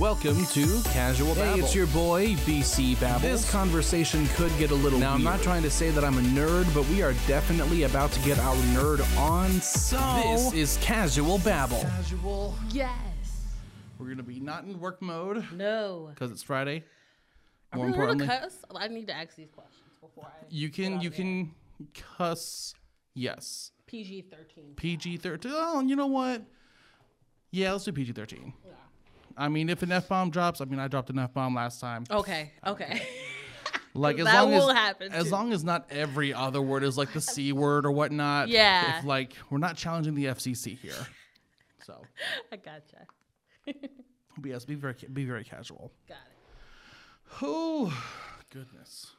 Welcome to Casual Babble. Hey, it's your boy BC Babble. This conversation could get a little. Now, I'm not trying to say that I'm a nerd, but we are definitely about to get our nerd on. So this is Casual Babble. Casual. Yes. We're gonna be not in work mode No. because it's Friday. Are More we allowed to importantly, cuss? I need to ask these questions before I. you can you can cuss. Yes, PG thirteen. PG thirteen. Oh, and you know what? Yeah, let's do PG thirteen. I mean, if an F bomb drops, I mean, I dropped an F bomb last time. Okay. Okay. Like as That long will as happen, as too. long as not every other word is like the c word or whatnot. Yeah. If like we're not challenging the FCC here, so I gotcha. but yes, be very ca- be very casual. Got it. Oh goodness!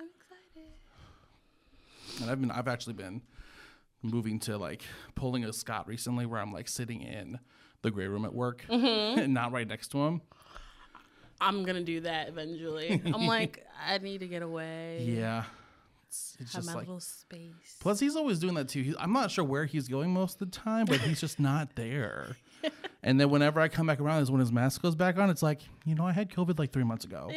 I'm excited. And I've been I've actually been moving to like pulling a Scott recently, where I'm like sitting in the gray room at work Mm-hmm. and not right next to him. I'm gonna do that eventually. I'm like, I need to get away. Yeah. It's, it's Have just my like little space. Plus, he's always doing that too. He, I'm not sure where he's going most of the time, but he's just not there. and then whenever I come back around, is when his mask goes back on. It's like, you know, I had COVID like three months ago.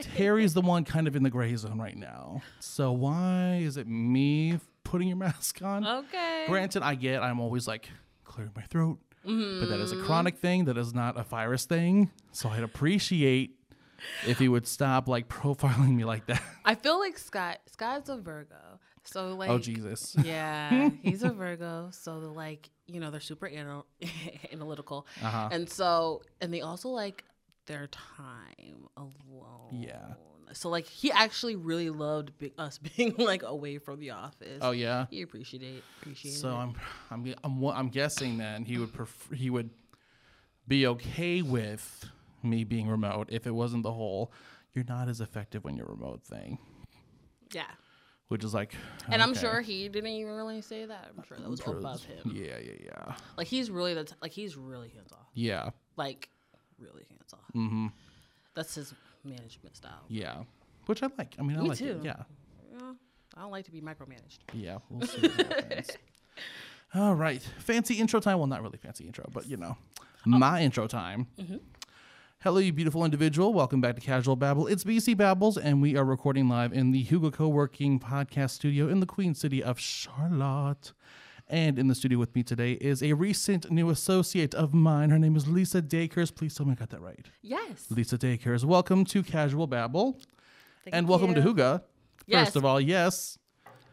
Terry's the one kind of in the gray zone right now. So why is it me putting your mask on? Okay. Granted, I get I'm always like clearing my throat, but that is a chronic thing. That is not a virus thing. So I'd appreciate if he would stop like profiling me like that. I feel like Scott. Scott's a Virgo, so like. oh Jesus. Yeah, he's a Virgo, so they're like you know they're super anal- analytical, Uh-huh. and so and they also like their time alone. Yeah. So like he actually really loved be- us being like away from the office. Oh yeah. He appreciated appreciated. So it. I'm, I'm, gu- I'm, wa- I'm guessing then he would prefer, he would be okay with me being remote if it wasn't the whole "you're not as effective when you're remote" thing, yeah, which is like, and I'm okay. sure he didn't even really say that. I'm sure that was Pro- above him. Yeah, yeah, yeah, Like he's really that's like he's really hands off. yeah, Like really hands off. Mm-hmm. That's his management style. yeah. Which I like. I mean, I Me like too. it. Yeah, Yeah, I don't like to be micromanaged. yeah. We'll see what happens. All right, fancy intro time. Well, not really fancy intro, but you know, my intro time. Hello, you beautiful individual. Welcome back to Casual Babble. It's BC Babbles, and we are recording live in the Hugo Co-working Podcast Studio in the Queen City of Charlotte. And in the studio with me today is a recent new associate of mine. Her name is Lisa Dakers. Please tell me I got that right. Yes. Lisa Dakers, welcome to Casual Babble, Thank and welcome to you. Hugo. Yes. First of all, yes.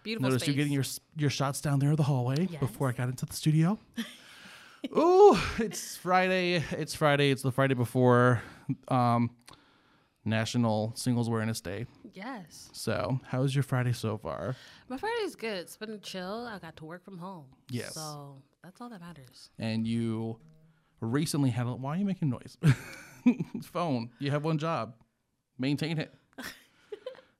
Beautiful Notice space. you getting your s- your shots down there in the hallway before I got into the studio. Ooh, it's Friday. It's Friday. It's the Friday before um, National Singles Awareness Day. Yes. So, how's your Friday so far? My Friday's good. It's been chill. I got to work from home. Yes. So that's all that matters. And you recently had. A, why are you making noise? Phone. You have one job. Maintain it.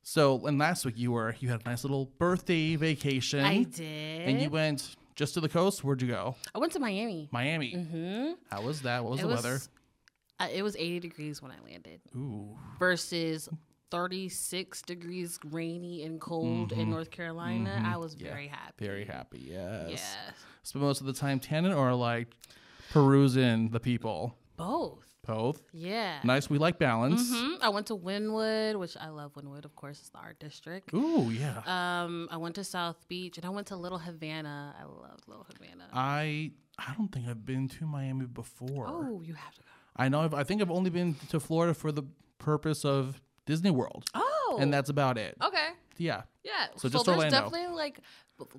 so, and last week you were you had a nice little birthday vacation, I did. and you went just to the coast. Where'd you go? I went to Miami. Miami. How was that? What was Mm-hmm. It the was weather? Uh, it was 80 degrees when I landed Ooh, versus 36 degrees rainy and cold Mm-hmm. in North Carolina. I was very happy. very happy. Mm-hmm. Yes. Yes. Spent most of the time tanning or like perusing the people. Both. Both. Yeah. Nice. We like balance. Mhm. I went to Wynwood, which I love Wynwood, of course, it's the art district. Ooh, yeah. Um, I went to South Beach and I went to Little Havana. I loved Little Havana. Uh, I I don't think I've been to Miami before. oh, you have to go. I know. I've, I think I've only been to Florida for the purpose of Disney World, Oh. and that's about it. Okay. Yeah. Yeah. So just there's Orlando. definitely like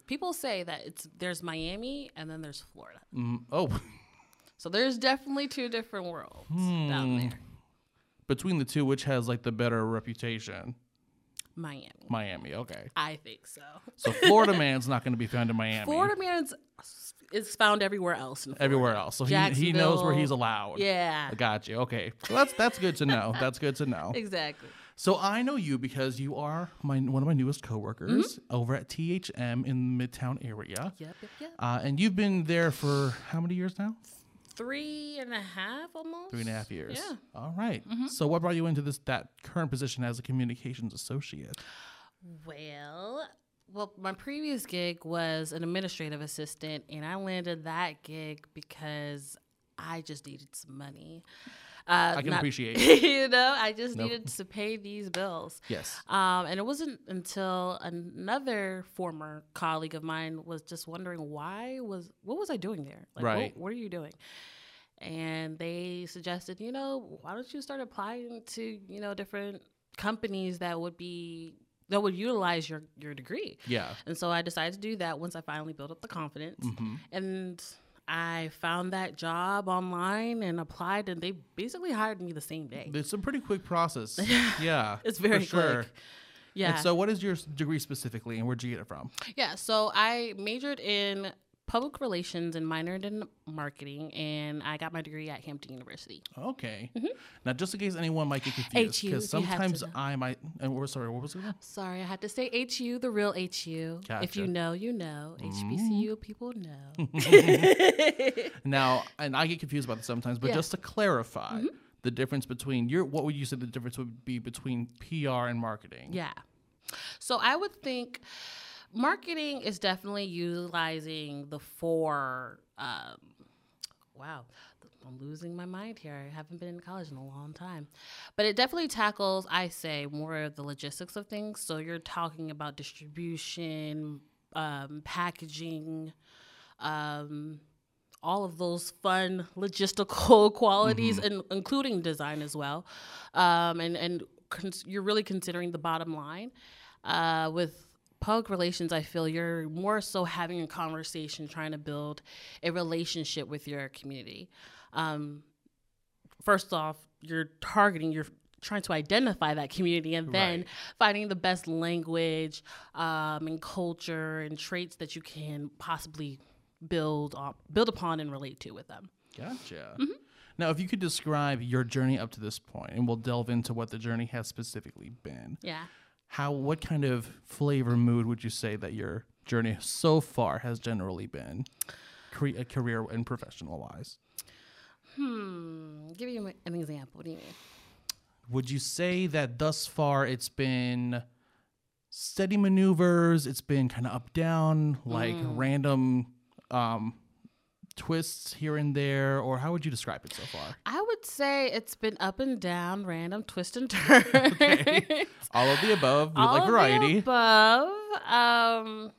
people say that it's there's Miami and then there's Florida. Mm, oh, So there's definitely two different worlds Hmm. down there. between the two, which has like the better reputation? Miami. Miami. Okay. I think so. So Florida man's not going to be found in Miami. Florida man's is found everywhere else in Florida. everywhere else. So he, he knows where he's Jacksonville. allowed. Yeah. I got you. Okay. So that's that's good to know. That's good to know. Exactly. So I know you because you are my one of my newest coworkers over at THM in the Midtown area. Mm-hmm. Yep, yep, yep. Uh, and you've been there for how many years now? Three and a half almost. Three and a half years. Yeah. Mm-hmm. All right. So what brought you into this that current position as a communications associate? Well, well, my previous gig was an administrative assistant, and I landed that gig because I just needed some money. Uh, I can not- appreciate. you know, I just Nope. needed to pay these bills. Yes. Um, and it wasn't until another former colleague of mine was just wondering why was what was I doing there? Like, Right. What, what are you doing? And they suggested, you know, why don't you start applying to you know different companies that would be that would utilize your your degree. Yeah. And so I decided to do that once I finally built up the confidence. Mhm. And I found that job online and applied, and they basically hired me the same day. It's a pretty quick process. Yeah. It's for very sure. quick. Yeah. And so, what is your s- degree specifically, and where'd you get it from? Yeah, so I majored in public relations and minored in marketing, and I got my degree at Hampton University. Okay. Now, just in case anyone might get confused, HU, because Mm-hmm. you have to sometimes know. I might. And we're sorry. What was it? Sorry, I had to say HU, the real HU. If Gotcha. you know, you know. HBCU people know. Now, and I get confused about this sometimes, but Yeah. Mm-hmm. just to clarify, the difference between your what would you say the difference would be between PR and marketing? yeah. So I would think marketing is definitely utilizing the four. Um, wow. I'm losing my mind here. I haven't been in college in a long time. But it definitely tackles, I say, more of the logistics of things. So you're talking about distribution, um, packaging, um, all of those fun logistical qualities, and including design as well. Um, and and cons- you're really considering the bottom line. Uh, with public relations, I feel you're more so having a conversation, trying to build a relationship with your community. Um, first off, you're targeting, you're trying to identify that community and then Right. finding the best language um, and culture and traits that you can possibly build up, build upon and relate to with them. Gotcha. Mm-hmm. Now, if you could describe your journey up to this point, and we'll delve into what the journey has specifically been. Yeah. How? What kind of flavor mood would you say that your journey so far has generally been, cre- uh, career and professional wise? Hmm. Give you an example. What do you mean? would you say that thus far it's been steady maneuvers it's been kind of up down like Mm. random um twists here and there or how would you describe it so far I would say it's been up and down, random twist and turn. all of the above we All like of the variety above. Um,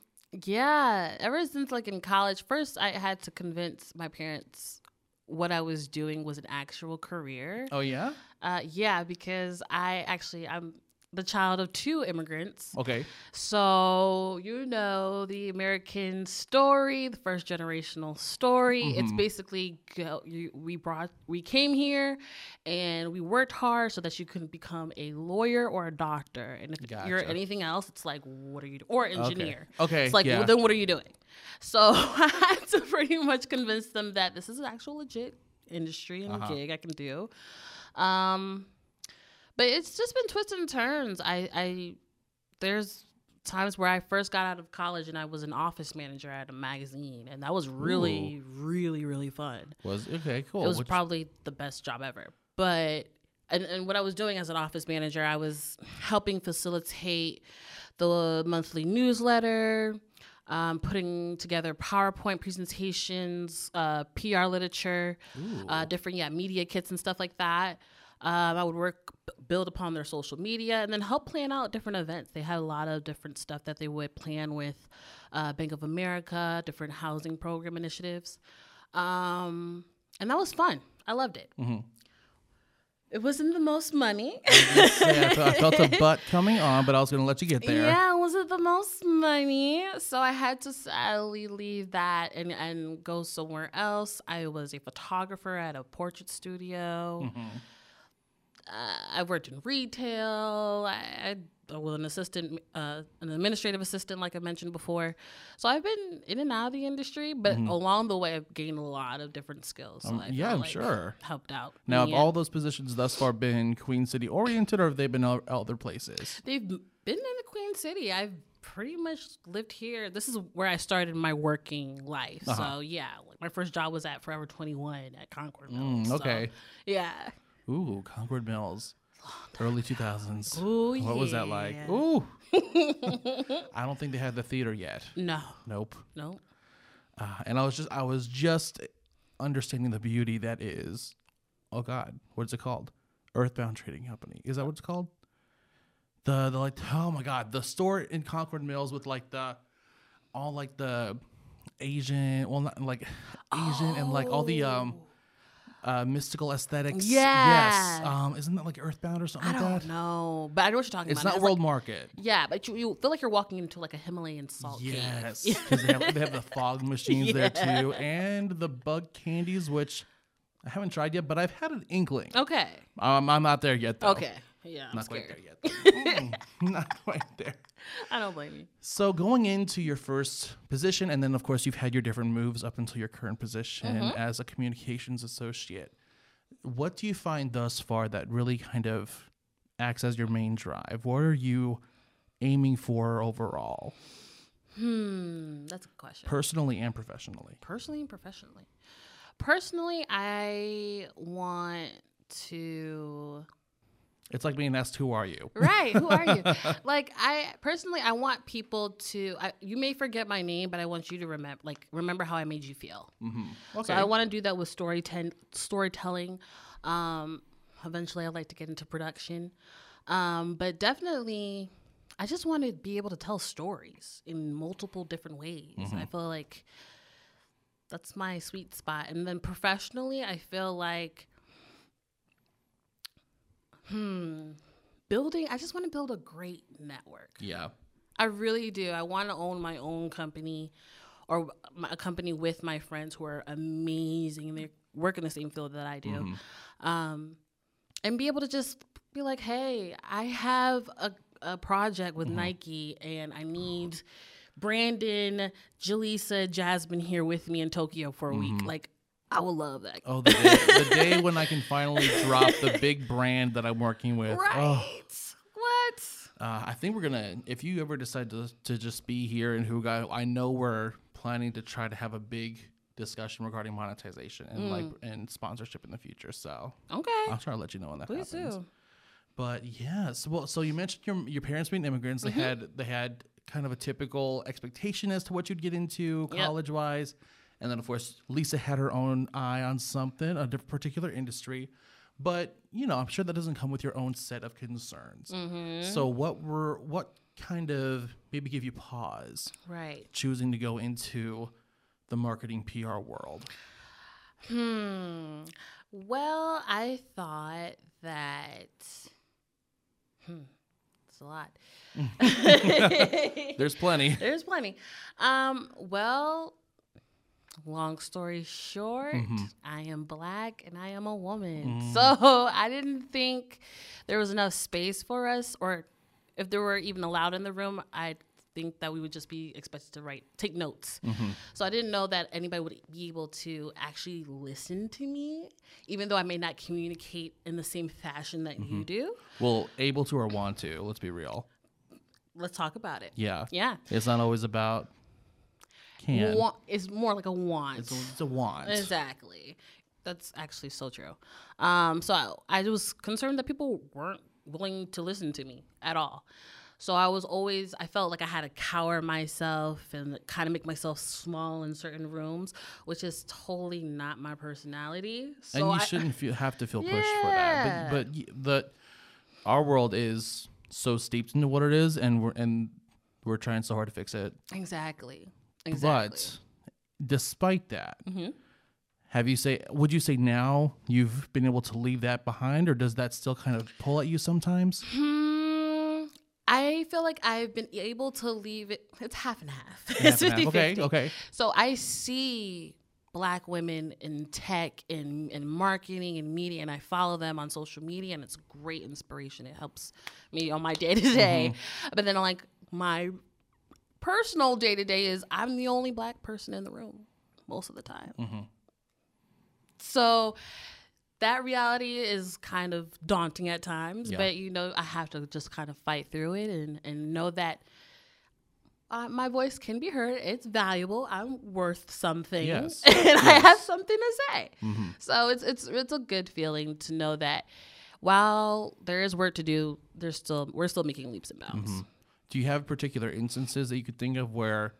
yeah. Ever since like in college, first I had to convince my parents what I was doing was an actual career. oh yeah Uh, yeah, because I actually I'm the child of two immigrants. okay So, you know, the American story, the first generational story. Mm-hmm. It's basically go, you, we brought we came here and we worked hard so that you could become a lawyer or a doctor. And if you're Gotcha. anything else, it's like what are you do- or engineer. Okay, It's like yeah. well, then what are you doing? So, I had to pretty much convince them that this is an actual legit industry and Uh-huh. gig I can do. Um but it's just been twists and turns. I, I there's times where I first got out of college and I was an office manager at a magazine, and that was really, really, really fun. was okay cool It was Which- probably the best job ever. But and, and what I was doing as an office manager, I was helping facilitate the monthly newsletter, um, putting together PowerPoint presentations, uh, PR literature, uh, different yeah media kits and stuff like that. Um, I would work b- build upon their social media and then help plan out different events. They had a lot of different stuff that they would plan with uh, Bank of America, different housing program initiatives, um, and that was fun. I loved it. It wasn't the most money. yeah, I fe- I felt a butt coming on but i was gonna let you get there Yeah, was it the most money? So I had to sadly leave that and, and go somewhere else. I was a photographer at a portrait studio. Mm-hmm. Uh, I worked in retail. I, I was an assistant, uh, an administrative assistant, like I mentioned before. So I've been in and out of the industry, but along the way, I've gained a lot of different skills. So Mm-hmm. I Um, yeah, felt I'm like sure. Helped out. now me have and- all those positions thus far been queen city oriented or have they been o- other places They've m- been in the Queen City. I've pretty much lived here. This is where I started my working life. Uh-huh. So yeah, like my first job was at Forever 21 at Concord Mills. so, Mm, okay. yeah. Ooh, Concord Mills. Early 2000s. Ooh, what was that like? yeah. Ooh. I don't think they had the theater yet. No. Nope. No. Uh, and I was just I was just understanding the beauty that is. Oh God, what's it called? Earthbound Trading Company. Is that what it's called? The the like oh my God, the store in Concord Mills with like the all like the Asian, well not like Asian and like all Oh. the um uh, mystical aesthetics. Yes. Yeah. Um, isn't that like Earthbound or something I like that? don't know, but I know what you're talking It's about. not World Market. like, yeah, but you, you feel like you're walking into like a Himalayan salt Yes, cave. because they, have- they have the fog machines there too, and the bug candies, which I haven't tried yet, but I've had an inkling. okay. Um, I'm not there yet, though. Oh. Okay. Yeah, I'm not scared. quite there yet. Mm, not quite there. I don't blame you. So going into your first position, and then of course you've had your different moves up until your current position Mm-hmm. as a communications associate. What do you find thus far that really kind of acts as your main drive? What are you aiming for overall, Hmm, that's a good question. personally and professionally? Personally and professionally. Personally, I want to It's like being asked, "Who are you?" Right. Who are you? like I personally, I want people to. I, you may forget my name, but I want you to remember. Like remember how I made you feel. Okay. So I want to do that with story ten, storytelling. Um, eventually, I'd like to get into production, um, but definitely, I just want to be able to tell stories in multiple different ways. I feel like that's my sweet spot. And then professionally, I feel like hmm, building. I just want to build a great network. yeah. I really do. I want to own my own company or my, a company with my friends who are amazing and they work in the same field that I do. Mm-hmm. Um, and be able to just be like, hey, I have a, a project Mm-hmm. with Nike and I need Brandon, Jaleesa, Jasmine here with me in Tokyo for a week. Like, I would love that. Mm-hmm. Oh, the day, the day when I can finally drop the big brand that I'm working with. right? Oh, What? uh, I think we're gonna. If you ever decide to to just be here and who guy, I know we're planning to try to have a big discussion regarding monetization and like Mm. and sponsorship in the future. So Okay. I'll try to let you know when that Please happens. do. But yeah, so well, so you mentioned your your parents being immigrants. They had they had kind of a typical expectation as to what you'd get into Yep. college wise, and then of course Lisa had her own eye on something, a diff- particular industry. But you know, I'm sure that doesn't come with your own set of concerns. So what were what kind of maybe give you pause Right. choosing to go into the marketing PR world? Hmm. Well, I thought that. Hmm. It's a lot. There's plenty. There's plenty. Um. Well, long story short, Mm-hmm. I am black and I am a woman, Mm. so I didn't think there was enough space for us, or if there were even allowed in the room, I think that we would just be expected to write take notes. Mm-hmm. So I didn't know that anybody would be able to actually listen to me, even though I may not communicate in the same fashion that Mm-hmm. you do. Well, able to or want to. Let's be real. Let's talk about it. Yeah. Yeah. It's not always about can. Wa- it's more like a want. It's a, it's a want. Exactly. That's actually so true. Um, so I, I was concerned that people weren't willing to listen to me at all. So I was always, I felt like I had to cower myself and kind of make myself small in certain rooms, which is totally not my personality. So and you I, shouldn't feel, have to feel pushed for that. Yeah. But, but y- the our world is so steeped into what it is, and we're and we're trying so hard to fix it. exactly, exactly. But Mm-hmm. despite that, have you say would you say now you've been able to leave that behind, or does that still kind of pull at you sometimes? Hmm, I feel like I've been able to leave it. It's half and half. Half it's and half. 50 okay, okay. So I see black women in tech and in marketing and media and I follow them on social media and it's great inspiration. It helps me on my day to day. But then like my personal day to day is I'm the only black person in the room most of the time. Mm-hmm. So that reality is kind of daunting at times, Yeah. but you know, I have to just kind of fight through it and, and know that uh, my voice can be heard. It's valuable. I'm worth something, Yes. Mm-hmm. and I have something to say. So it's it's it's a good feeling to know that while there is work to do, Mm-hmm. there's still we're still making leaps and bounds. Do you have particular instances that you could think of where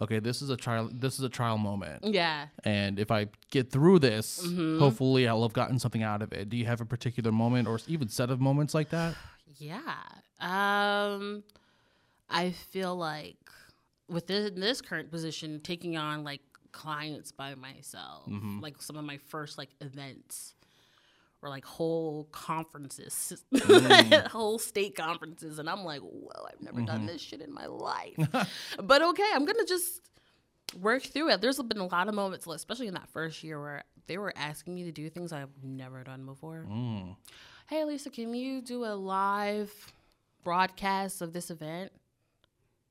okay, this is a trial. This is a trial moment. Yeah. And if I get through this, Mm-hmm. hopefully I'll have gotten something out of it. Do you have a particular moment or even set of moments like that? Yeah. Um I feel like within this current position, taking on like clients by myself, like some of my first like events or like whole conferences, whole state conferences, and I'm like, whoa, I've never done this shit in my life. but okay, I'm gonna just work through it. There's been a lot of moments, especially in that first year, where they were asking me to do things I've never done before hey lisa can you do a live broadcast of this event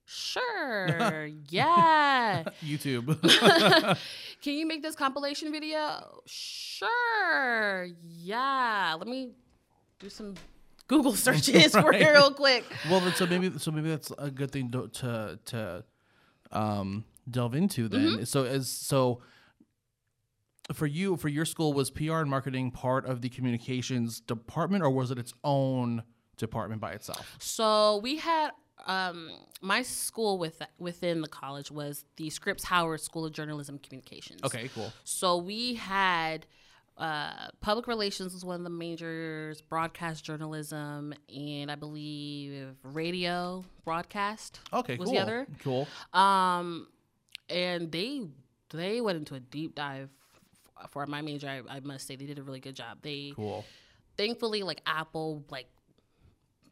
sure yeah YouTube. can you make this compilation video sure yeah let me do some google searches for it real quick well, then, so maybe so maybe that's a good thing to to, to um, delve into then. Mm-hmm. So as so for you for your school was PR and marketing part of the communications department or was it its own department by itself? So we had um, my school with within the college was the Scripps Howard School of Journalism and Communications. Okay, cool. So we had uh, public relations was one of the majors, broadcast journalism, and I believe radio broadcast. Okay, was cool. the other. Cool. Um, and they they went into a deep dive f- for my major. I, I must say they did a really good job. They Cool. thankfully like apple like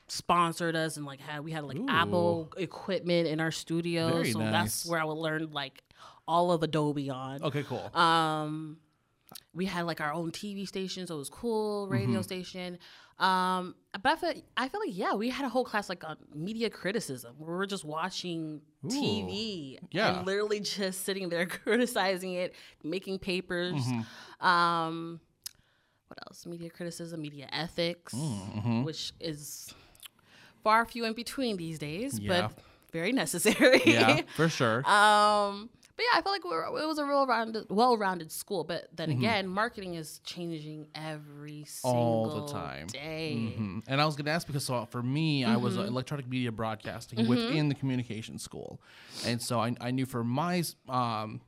sponsored us and like had we had like apple equipment in our studio Very so nice. that's where i would learn like all of adobe on Okay, cool. um we had like our own tv station so it was cool radio Mm-hmm. station um but i feel i feel like yeah we had a whole class like on media criticism where we were just watching tv Yeah. and literally just sitting there criticizing it making papers Mm-hmm. um what else? Media criticism, media ethics, Mm-hmm. which is far few in between these days, Yeah. but very necessary. yeah, for sure. um, but yeah, I felt like we were, it was a real rounded, well-rounded school. But then Mm-hmm. again, marketing is changing every single All the time. day. Mhm. And I was going to ask because so for me, I was uh, Mm-hmm. electronic media broadcasting within the communication school, and so I, I knew for my um,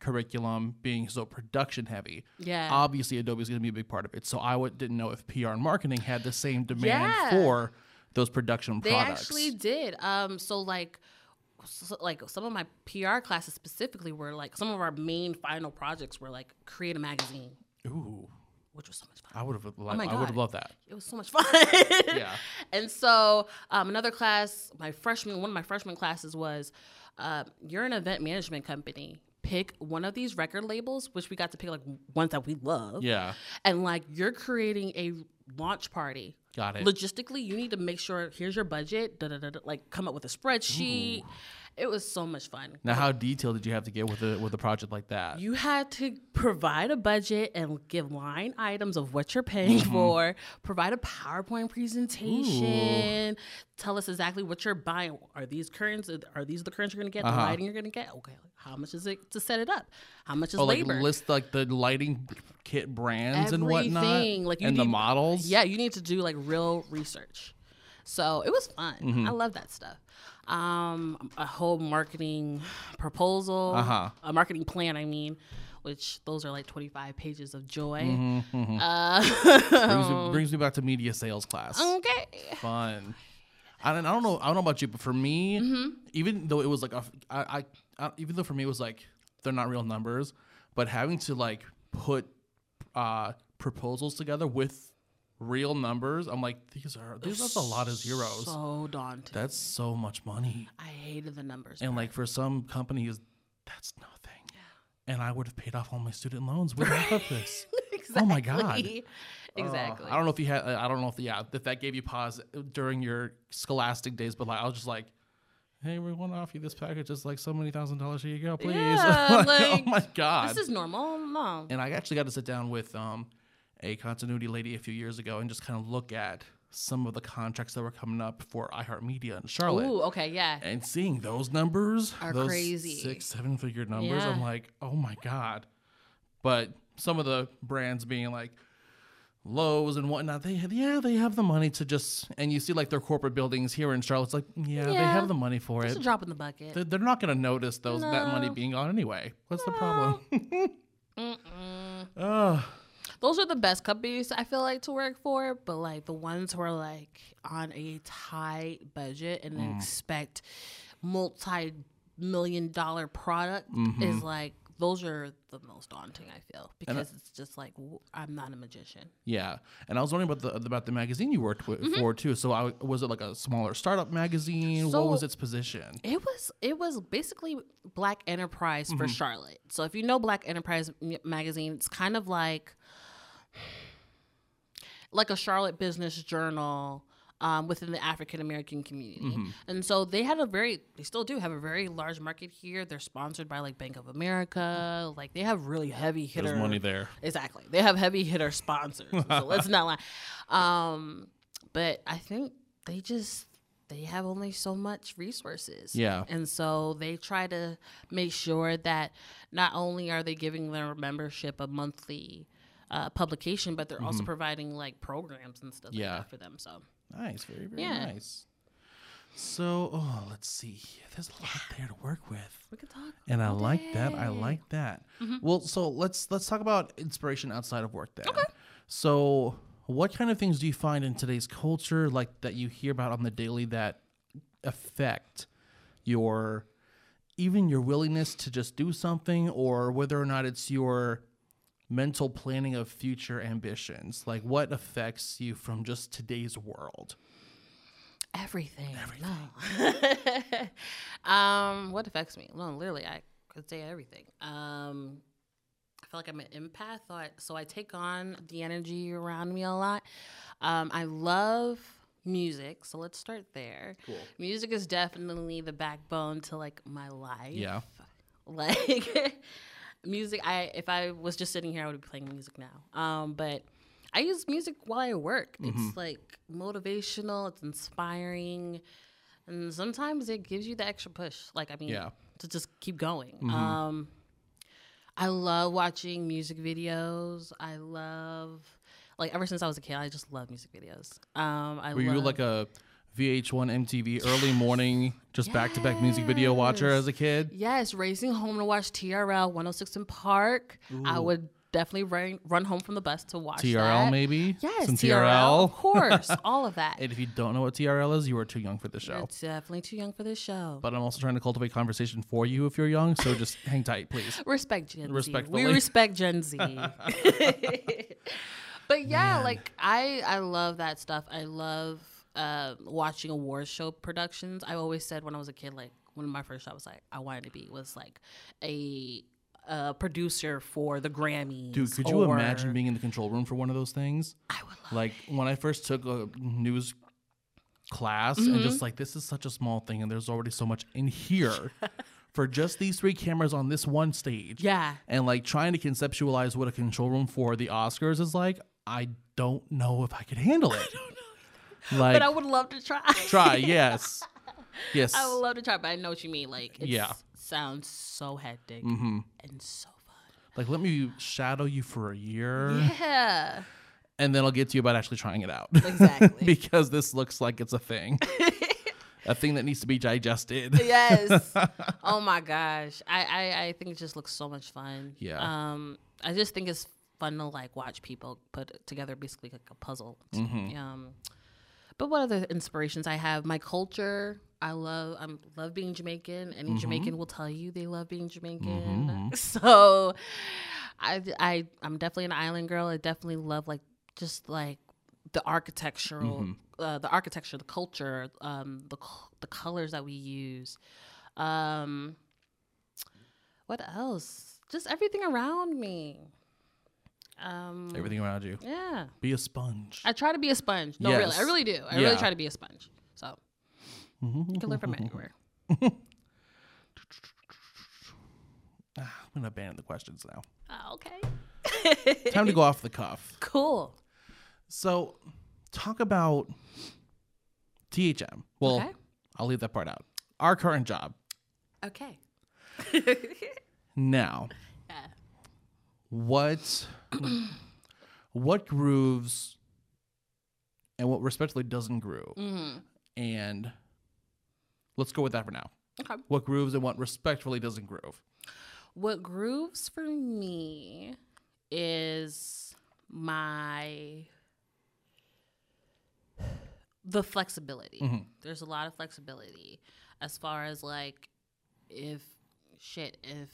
curriculum being so production heavy, Yeah. obviously Adobe is going to be a big part of it. So I would, didn't know if PR and marketing had the same demand Yeah. for those production They products. actually did. Um, so like, so like some of my PR classes specifically were like some of our main final projects were like create a magazine, Ooh, which was so much fun. I would have loved. Oh my I would have God. loved that. it was so much fun. Yeah. And so um, another class, my freshman, one of my freshman classes was, uh, you're an event management company. Pick one of these record labels, which we got to pick like ones that we love. Yeah. And like you're creating a launch party. Got it. Logistically, you need to make sure here's your budget. Da, da, da, da, like come up with a spreadsheet. It was so much fun. Now, how detailed did you have to get with a with a project like that? You had to provide a budget and give line items of what you're paying Mm-hmm. for, provide a PowerPoint presentation, tell us exactly what you're buying. Are these currents? Are these the currents you're going to get? Uh-huh. The lighting you're going to get? Okay. How much is it to set it up? How much is Oh, like labor? list like the lighting kit brands and whatnot, Everything, like, you and the need- models. yeah, you need to do like real research. So it was fun. Mm-hmm. I love that stuff. Um, a whole marketing proposal, Uh-huh. a marketing plan, I mean, which those are like 25 pages of joy. Mm-hmm. Uh, brings, me, brings me back to media sales class. okay. Fun. I don't, I don't know. I don't know about you, but for me, even though it was like a, I, I, I, even though for me it was like they're not real numbers, but having to like put uh, proposals together with real numbers, I'm like these are this is a lot of zeros. So daunting. that's so much money, I hated the numbers. and like for some companies, that's nothing. And I would have paid off all my student loans with half of this. exactly. oh my God. Uh, Exactly. I don't know if you had. I don't know if yeah, if that gave you pause during your scholastic days, but like I was just like, hey, we want to offer you this package. It's like so many thousand dollars. Here you go, please. Yeah, oh like, my god. this is normal. No. and I actually got to sit down with um, a continuity lady a few years ago and just kind of look at some of the contracts that were coming up for iHeartMedia in Charlotte. Ooh, okay, yeah. And seeing those numbers Are those crazy. six, seven figure numbers, I'm Yeah. like, oh my God. But some of the brands being like, Lowe's and whatnot, they have, yeah, they have the money to just, and you see like their corporate buildings here in Charlotte's, like, yeah, they Yeah. have the money for It's it. a drop in the bucket. They're, they're not going to notice those that money No. being gone anyway. What's the problem? Mm-mm. Ugh. Those are the best companies I feel like to work for, but like the ones who are like on a tight budget and Mm. expect multi million dollar product Mm-hmm. is like those are the most daunting I feel uh, because it's just like w- I'm not a magician. yeah. And I was wondering about the about the magazine you worked with, Mm-hmm. for too. So I, was it like a smaller startup magazine? So- what was its position? It was it was basically Black Enterprise for Charlotte. So if you know Black Enterprise m- magazine, it's kind of like like a Charlotte Business Journal um, within the African American community. And so they had a very they still do have a very large market here. They're sponsored by like Bank of America. Like they have really heavy hitter there. Exactly. They have heavy hitter sponsors. so let's not lie. Um, but I think they just they have only so much resources. Yeah. And so they try to make sure that not only are they giving their membership a monthly uh, publication, but they're also providing like programs and stuff Mm-hmm. Yeah. like that for them. So Nice, very very Yeah. nice. So, oh, let's see. There's a lot there to work with. we could talk. And I like that. I like that. Well, so let's let's talk about inspiration outside of work then. Okay. So, what kind of things do you find in today's culture like that you hear about on the daily that affect your even your willingness to just do something or whether or not it's your mental planning of future ambitions? Like what affects you from just today's world? Everything. Everything. No. um, what affects me? No, literally, I could say everything. Um, I feel like I'm an empath, so I, so I take on the energy around me a lot. Um, I love music, so let's start there. Cool. Music is definitely the backbone to like my life. Yeah. Like music, I if I was just sitting here, I would be playing music now. Um, but I use music while I work. Mm-hmm. It's like motivational. It's inspiring, and sometimes it gives you the extra push. Like I mean, Yeah. Mm-hmm. to just keep going. Um, I love watching music videos. I love like ever since I was a kid, I just love music videos. Um, I Were you love- like a VH1 MTV early morning, just back to back music video watcher as a kid? Yes, racing home to watch TRL 106 in Park. I would definitely run, run home from the bus to watch TRL that. maybe? Yes, Some TRL, TRL. of course, all of that. And if you don't know what TRL is, you are too young for the show. You're definitely too young for this show. But I'm also trying to cultivate conversation for you if you're young, so just hang tight, please. respect Gen Respectfully. Z. We respect Gen Z. but yeah, like I I love that stuff. I love uh, watching award show productions. I always said when I was a kid, like one of my first jobs, like I wanted to be was like a, a producer for the Grammys. Dude, could you or- imagine being in the control room for one of those things? I would love. Like when I first took a news class, and Mm-hmm. just like this is such a small thing, and there's already so much in here for just these three cameras on this one stage. Yeah. and like trying to conceptualize what a control room for the Oscars is like, I don't know if I could handle it. Like But I would love to try. try, yes. Yes. I would love to try, but I know what you mean. Like, it Yeah. Mm-hmm. sounds so hectic and so fun. like let me shadow you for a year Yeah. and then I'll get to you about actually trying it out. Exactly. because this looks like it's a thing. a thing that needs to be digested. Yes. oh my gosh. I, I I think it just looks so much fun. Yeah. Um, I just think it's fun to like watch people put together basically like a puzzle. Um, but what other inspirations I have? My culture. I love I love being Jamaican. Any Jamaican will tell you they love being Jamaican. So, I I I'm definitely an island girl. I definitely love like just like the architectural, uh, the architecture, the culture, um, the c- the colors that we use. Um, what else? Just everything around me. Um, Everything around you. yeah. Be a sponge. I try to be a sponge. No, really, Yes. I really do. I Yeah. Mm-hmm. really try to be a sponge. So you can learn from anywhere. I'm gonna abandon the questions now. Oh, okay. Time to go off the cuff. Cool. So talk about THM. Well, Okay. I'll leave that part out. Our current job. Okay. Now, Yeah. what what grooves and what respectively doesn't groove. Mm-hmm. And let's go with that for now. Okay. What grooves and what respectfully doesn't groove. What grooves for me is my the flexibility. Mhm. There's a lot of flexibility as far as like if shit if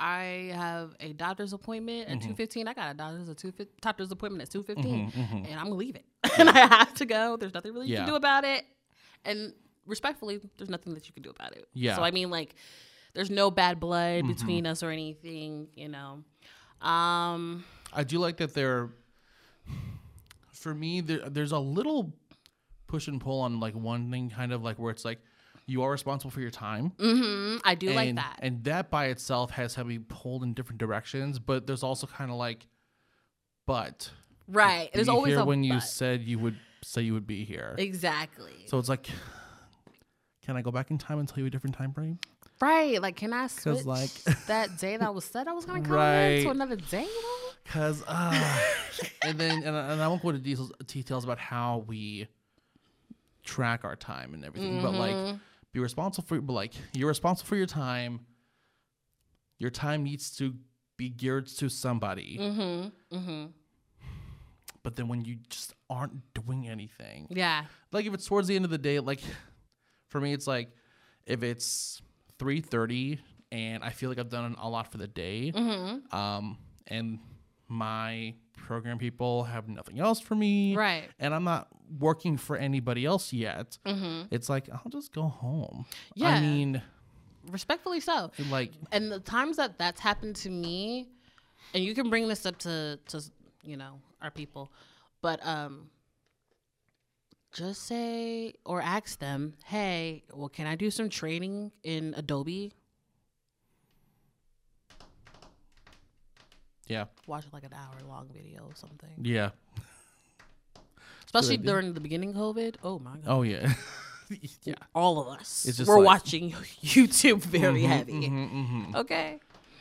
I have a doctor's appointment at two fifteen. I got a doctor's a two fif- doctor's appointment at two and I'm gonna leave it. and I have to go. There's nothing really you Yeah. can do about it. And respectfully, there's nothing that you can do about it. Yeah. Mm-hmm. So I mean, like, there's no bad blood between us or anything. You know. Um. I do like that there. For me, there, there's a little push and pull on like one thing, kind of like where it's like you are responsible for your time, hmm I do and like that. and that by itself has had me pulled in different directions. But there's also kind of like, but right. There's be always here a when you but. said you would say you would be here. exactly. So it's like, can I go back in time and tell you a different time frame? right. Like, can I switch like- that day that was said I was gonna come in Right. to another day? though? Cause, uh, and then and, I- and I won't go into details, details about how we track our time and everything, but Mm-hmm. like be responsible for, but like you're responsible for your time. Your time needs to be geared to somebody, Mm-hmm. Mm-hmm. but then when you just aren't doing anything, Yeah. like if it's towards the end of the day, like for me, it's like if it's three thirty and I feel like I've done a lot for the day, Mm-hmm. um, and my program people have nothing else for me, Right. And I'm not working for anybody else yet. Mhm. It's like I'll just go home. I Yeah. mean, Respectfully so. like and the times that that's happened to me and you can bring this up to to you know our people but um just say or ask them hey well can i do some training in adobe yeah, watch like an hour long video or something yeah. especially idea. during the beginning of covid oh my god Oh yeah, yeah. all of us Oh. It's just we're like- watching youtube very heavy Mm-hmm. okay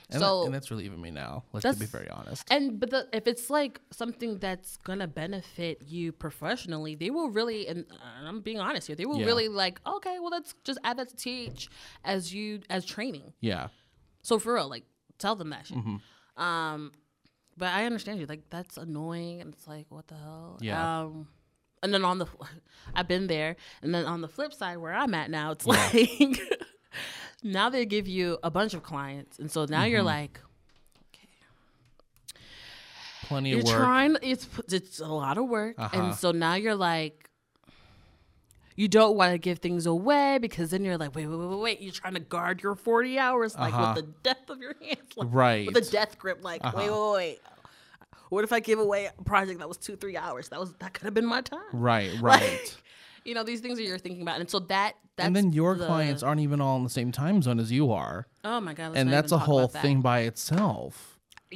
And, so that- and that's really even me now. Like to be That's- very honest. And but the, if it's like something that's gonna benefit you professionally, they will really and uh, I'm being honest here, they will Yeah. really like okay, well let's just add that to TH as you as training. Yeah. So for real, like tell them that shit. Mm-hmm. Um, but I understand you. Like that's annoying, and it's like what the hell. Yeah. Um, and then on the, I've been there, and then on the flip side where I'm at now, it's like now they give you a bunch of clients, and so now Mm-hmm. you're like. Plenty you're of work. trying it's it's a lot of work Uh-huh. and so now you're like you don't want to give things away because then you're like wait wait wait wait, wait. you're trying to guard your 40 hours like Uh-huh. with the death of your hands like, right. Uh-huh. with a death grip like wait wait wait what if i give away a project that was two three hours that was that could have been my time Right, right. Like, you know these things that you're thinking about and so that that's and then your the- clients aren't even all in the same time zone as you are. oh my god let's and not that's a even talk whole about that. thing by itself.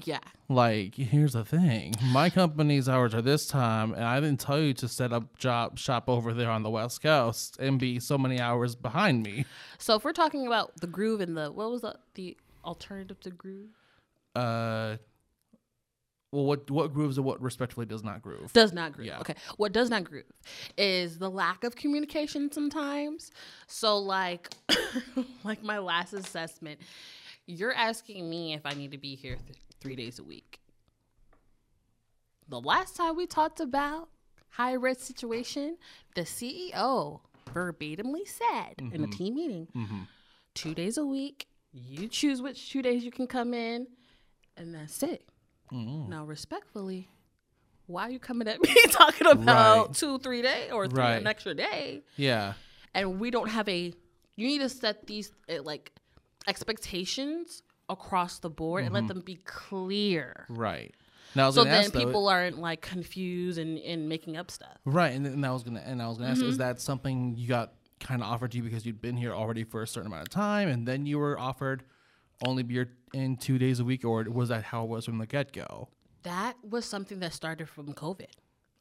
yeah Like, here's the thing. My company's hours are this time, and I didn't tell you to set up job shop over there on the West Coast and be so many hours behind me. so if we're talking about the groove and the what was the the alternative to groove Uh well what what grooves and what respectfully does not groove. Does not groove. Yeah. Okay. What does not groove is the lack of communication sometimes. So like like my last assessment, you're asking me if I need to be here th- 3 days a week. The last time we talked about high risk situation, the CEO verbatimly said in Mm-hmm. a team meeting, 2 days a week, you choose which 2 days you can come in and that's it. Mm-hmm. Now respectfully, why are you coming at me talking about Right. two, three day or three, Right. an extra day? yeah. And we don't have a. You need to set these uh, like expectations across the board Mm-hmm. and let them be clear. Right. Now I was So gonna then ask, though, people aren't like confused and, and making up stuff. Right, and, and I was gonna and I was gonna ask, Mm-hmm. is that something you got kind of offered to you because you'd been here already for a certain amount of time, and then you were offered only be here in two days a week, or was that how it was from the get go? That was something that started from COVID.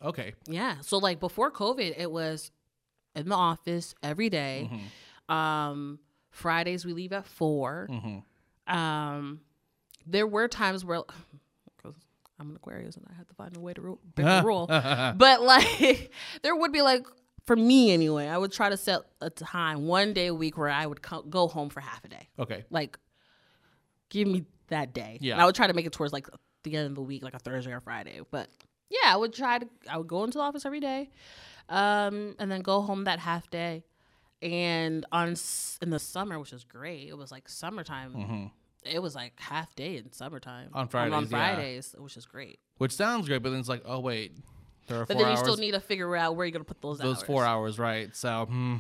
Okay, Yeah. So like before COVID, it was in the office every day. Um, Fridays we leave Mm-hmm. at 4 Um, there were times where 'cause I'm an Aquarius and I had to find a way to rule, break the rule. But like, there would be like, for me anyway, I would try to set a time one day a week where I would co- go home for half a day. Okay. Like, give me that day. Yeah. And I would try to make it towards like the end of the week, like a Thursday or Friday. But yeah, I would try to, I would go into the office every day um, and then go home that half day. And on s- in the summer, which was great, it was like summertime. It was like half day in summertime On Um, Mm-hmm. on Fridays, yeah. Fridays, which is great. Which sounds great, but then it's like, oh wait, there are But four then you hours. still need to figure out where you're gonna put those those hours. four hours, right? So hmm,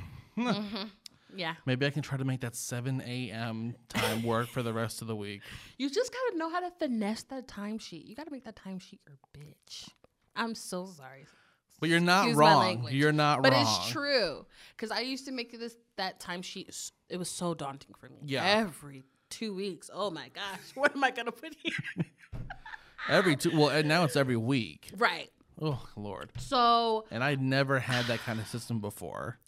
Yeah, maybe I can try to make that 7 a.m. time work for the rest of the week. you just gotta know how to finesse that timesheet. You gotta make that timesheet your bitch. I'm so sorry, But you're not Excuse my wrong. language. You're not but wrong. it's true because I used to make this that timesheet. s- It was so daunting for me. Yeah. every two weeks. Oh my gosh, what am I gonna put here? Every two. Well, and now it's every week. right. Oh Lord. So And I never had that kind of system before.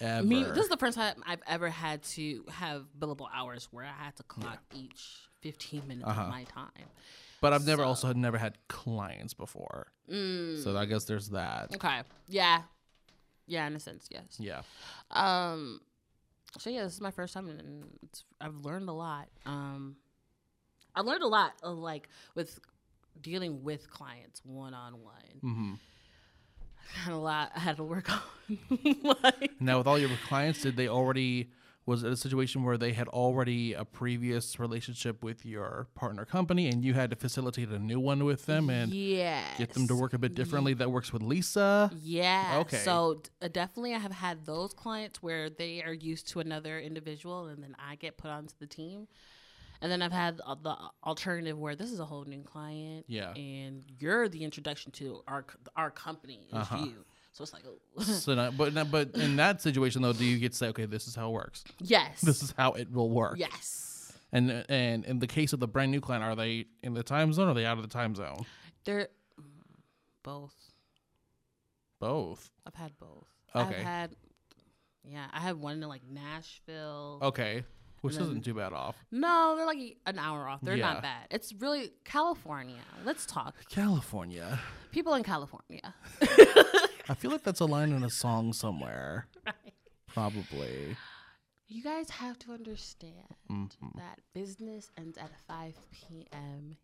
Ever. Me, this is the first time I've ever had to have billable hours where I had to clock each 15 minutes of my time. but I've never also had never had clients before. So I guess there's that. Mm, Okay. Yeah. Yeah, in a sense, yes. Yeah. Um, so yeah, this is my first time, and it's, I've learned a lot. Um, I learned a lot, of, like with dealing with clients one on one. hmm Had a lot I had to work on. like, Now, with all your clients, did they already was it a situation where they had already a previous relationship with your partner company, and you had to facilitate a new one with them and yeah, get them to work a bit differently? That works with Lisa. Yeah. Okay. So d- uh, definitely, I have had those clients where they are used to another individual, and then I get put onto the team. And then I've had a- the uh, alternative where this is a whole new client. Yeah. And you're the introduction to our c- our company is Uh-huh. you. So it's like, oh. So, now, but now- but in that situation though, do you get to say, okay, this is how it works. yes, This is how it will work. yes. And and in the case of the brand new client, are they in the time zone? or Are they out of the time zone? They're mm, both. Both. I've had both. Okay. I've had, yeah, I had one in like Nashville. Okay. Which And then- isn't too bad off. No, they're like e- an hour off. They're Yeah. not bad. It's really California. Let's talk. California. People in California. I feel like that's a line in a song somewhere. Probably. You guys have to understand Mm-hmm. that business ends at 5 p.m.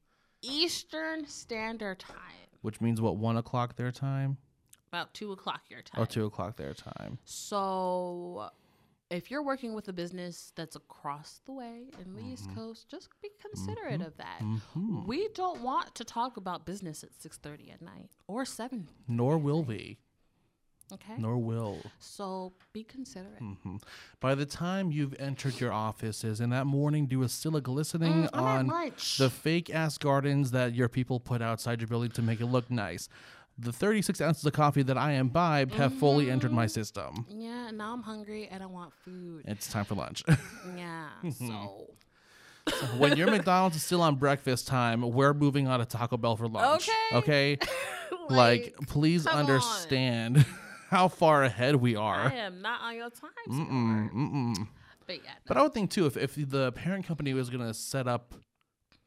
Eastern Standard Time, Which means what, one o'clock their time? about 2 o'clock your time. Or two o'clock their time. So if you're working with a business that's across the way in the Mm-hmm. East Coast, just be considerate of that. We don't want to talk about business at 6.30 at night or 7, Nor will we. okay? Nor will. So be considerate. Mm-hmm. By the time you've entered your offices and that morning dew is still a glistening I'm at on lunch. the fake ass gardens that your people put outside your building to make it look nice. The 36 ounces of coffee that I imbibed have fully entered Mm-hmm. my system. Yeah, now I'm hungry and I want food. It's time for lunch. Yeah, so. when your McDonald's is still on breakfast time, we're moving on to Taco Bell for lunch. Okay. Okay. like, please come on. understand how far ahead we I are. am not on your time Mm, score. mm-mm. But yeah, But I would think too if if the parent company was going to set up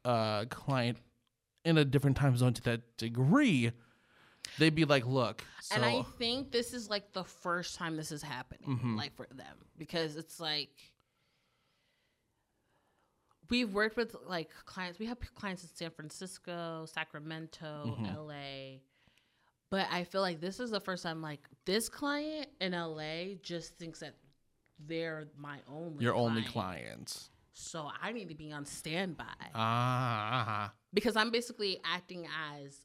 a client in a different time zone to that degree, they'd be like, "Look, so Mm-hmm. and I think this is like the first time this is happening, like for them, because it's like we've worked with like clients. We have clients in San Francisco, Sacramento, Mm-hmm. LA, but I feel like this is the first time like this client in LA just thinks that they're my only your only client." So I need to be on standby. Ah, because I'm basically acting as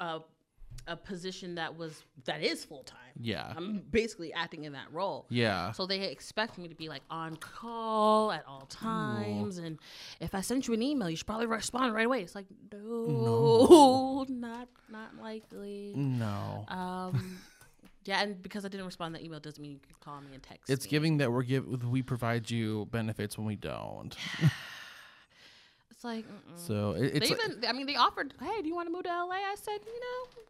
a a position that was that is full time. yeah, I'm basically acting in that role. yeah. So they expect me to be like on call at all times, and if I sent you an email, you should probably respond right away. It's like no, not not likely. No, Um, yeah, and because I didn't respond to that email doesn't mean you can call me and text. it's me. giving that we're give we provide you benefits when we don't. It's like mm-mm. So it, they it's like- even. I mean, they offered, hey, do you want to move to LA? I said, you know,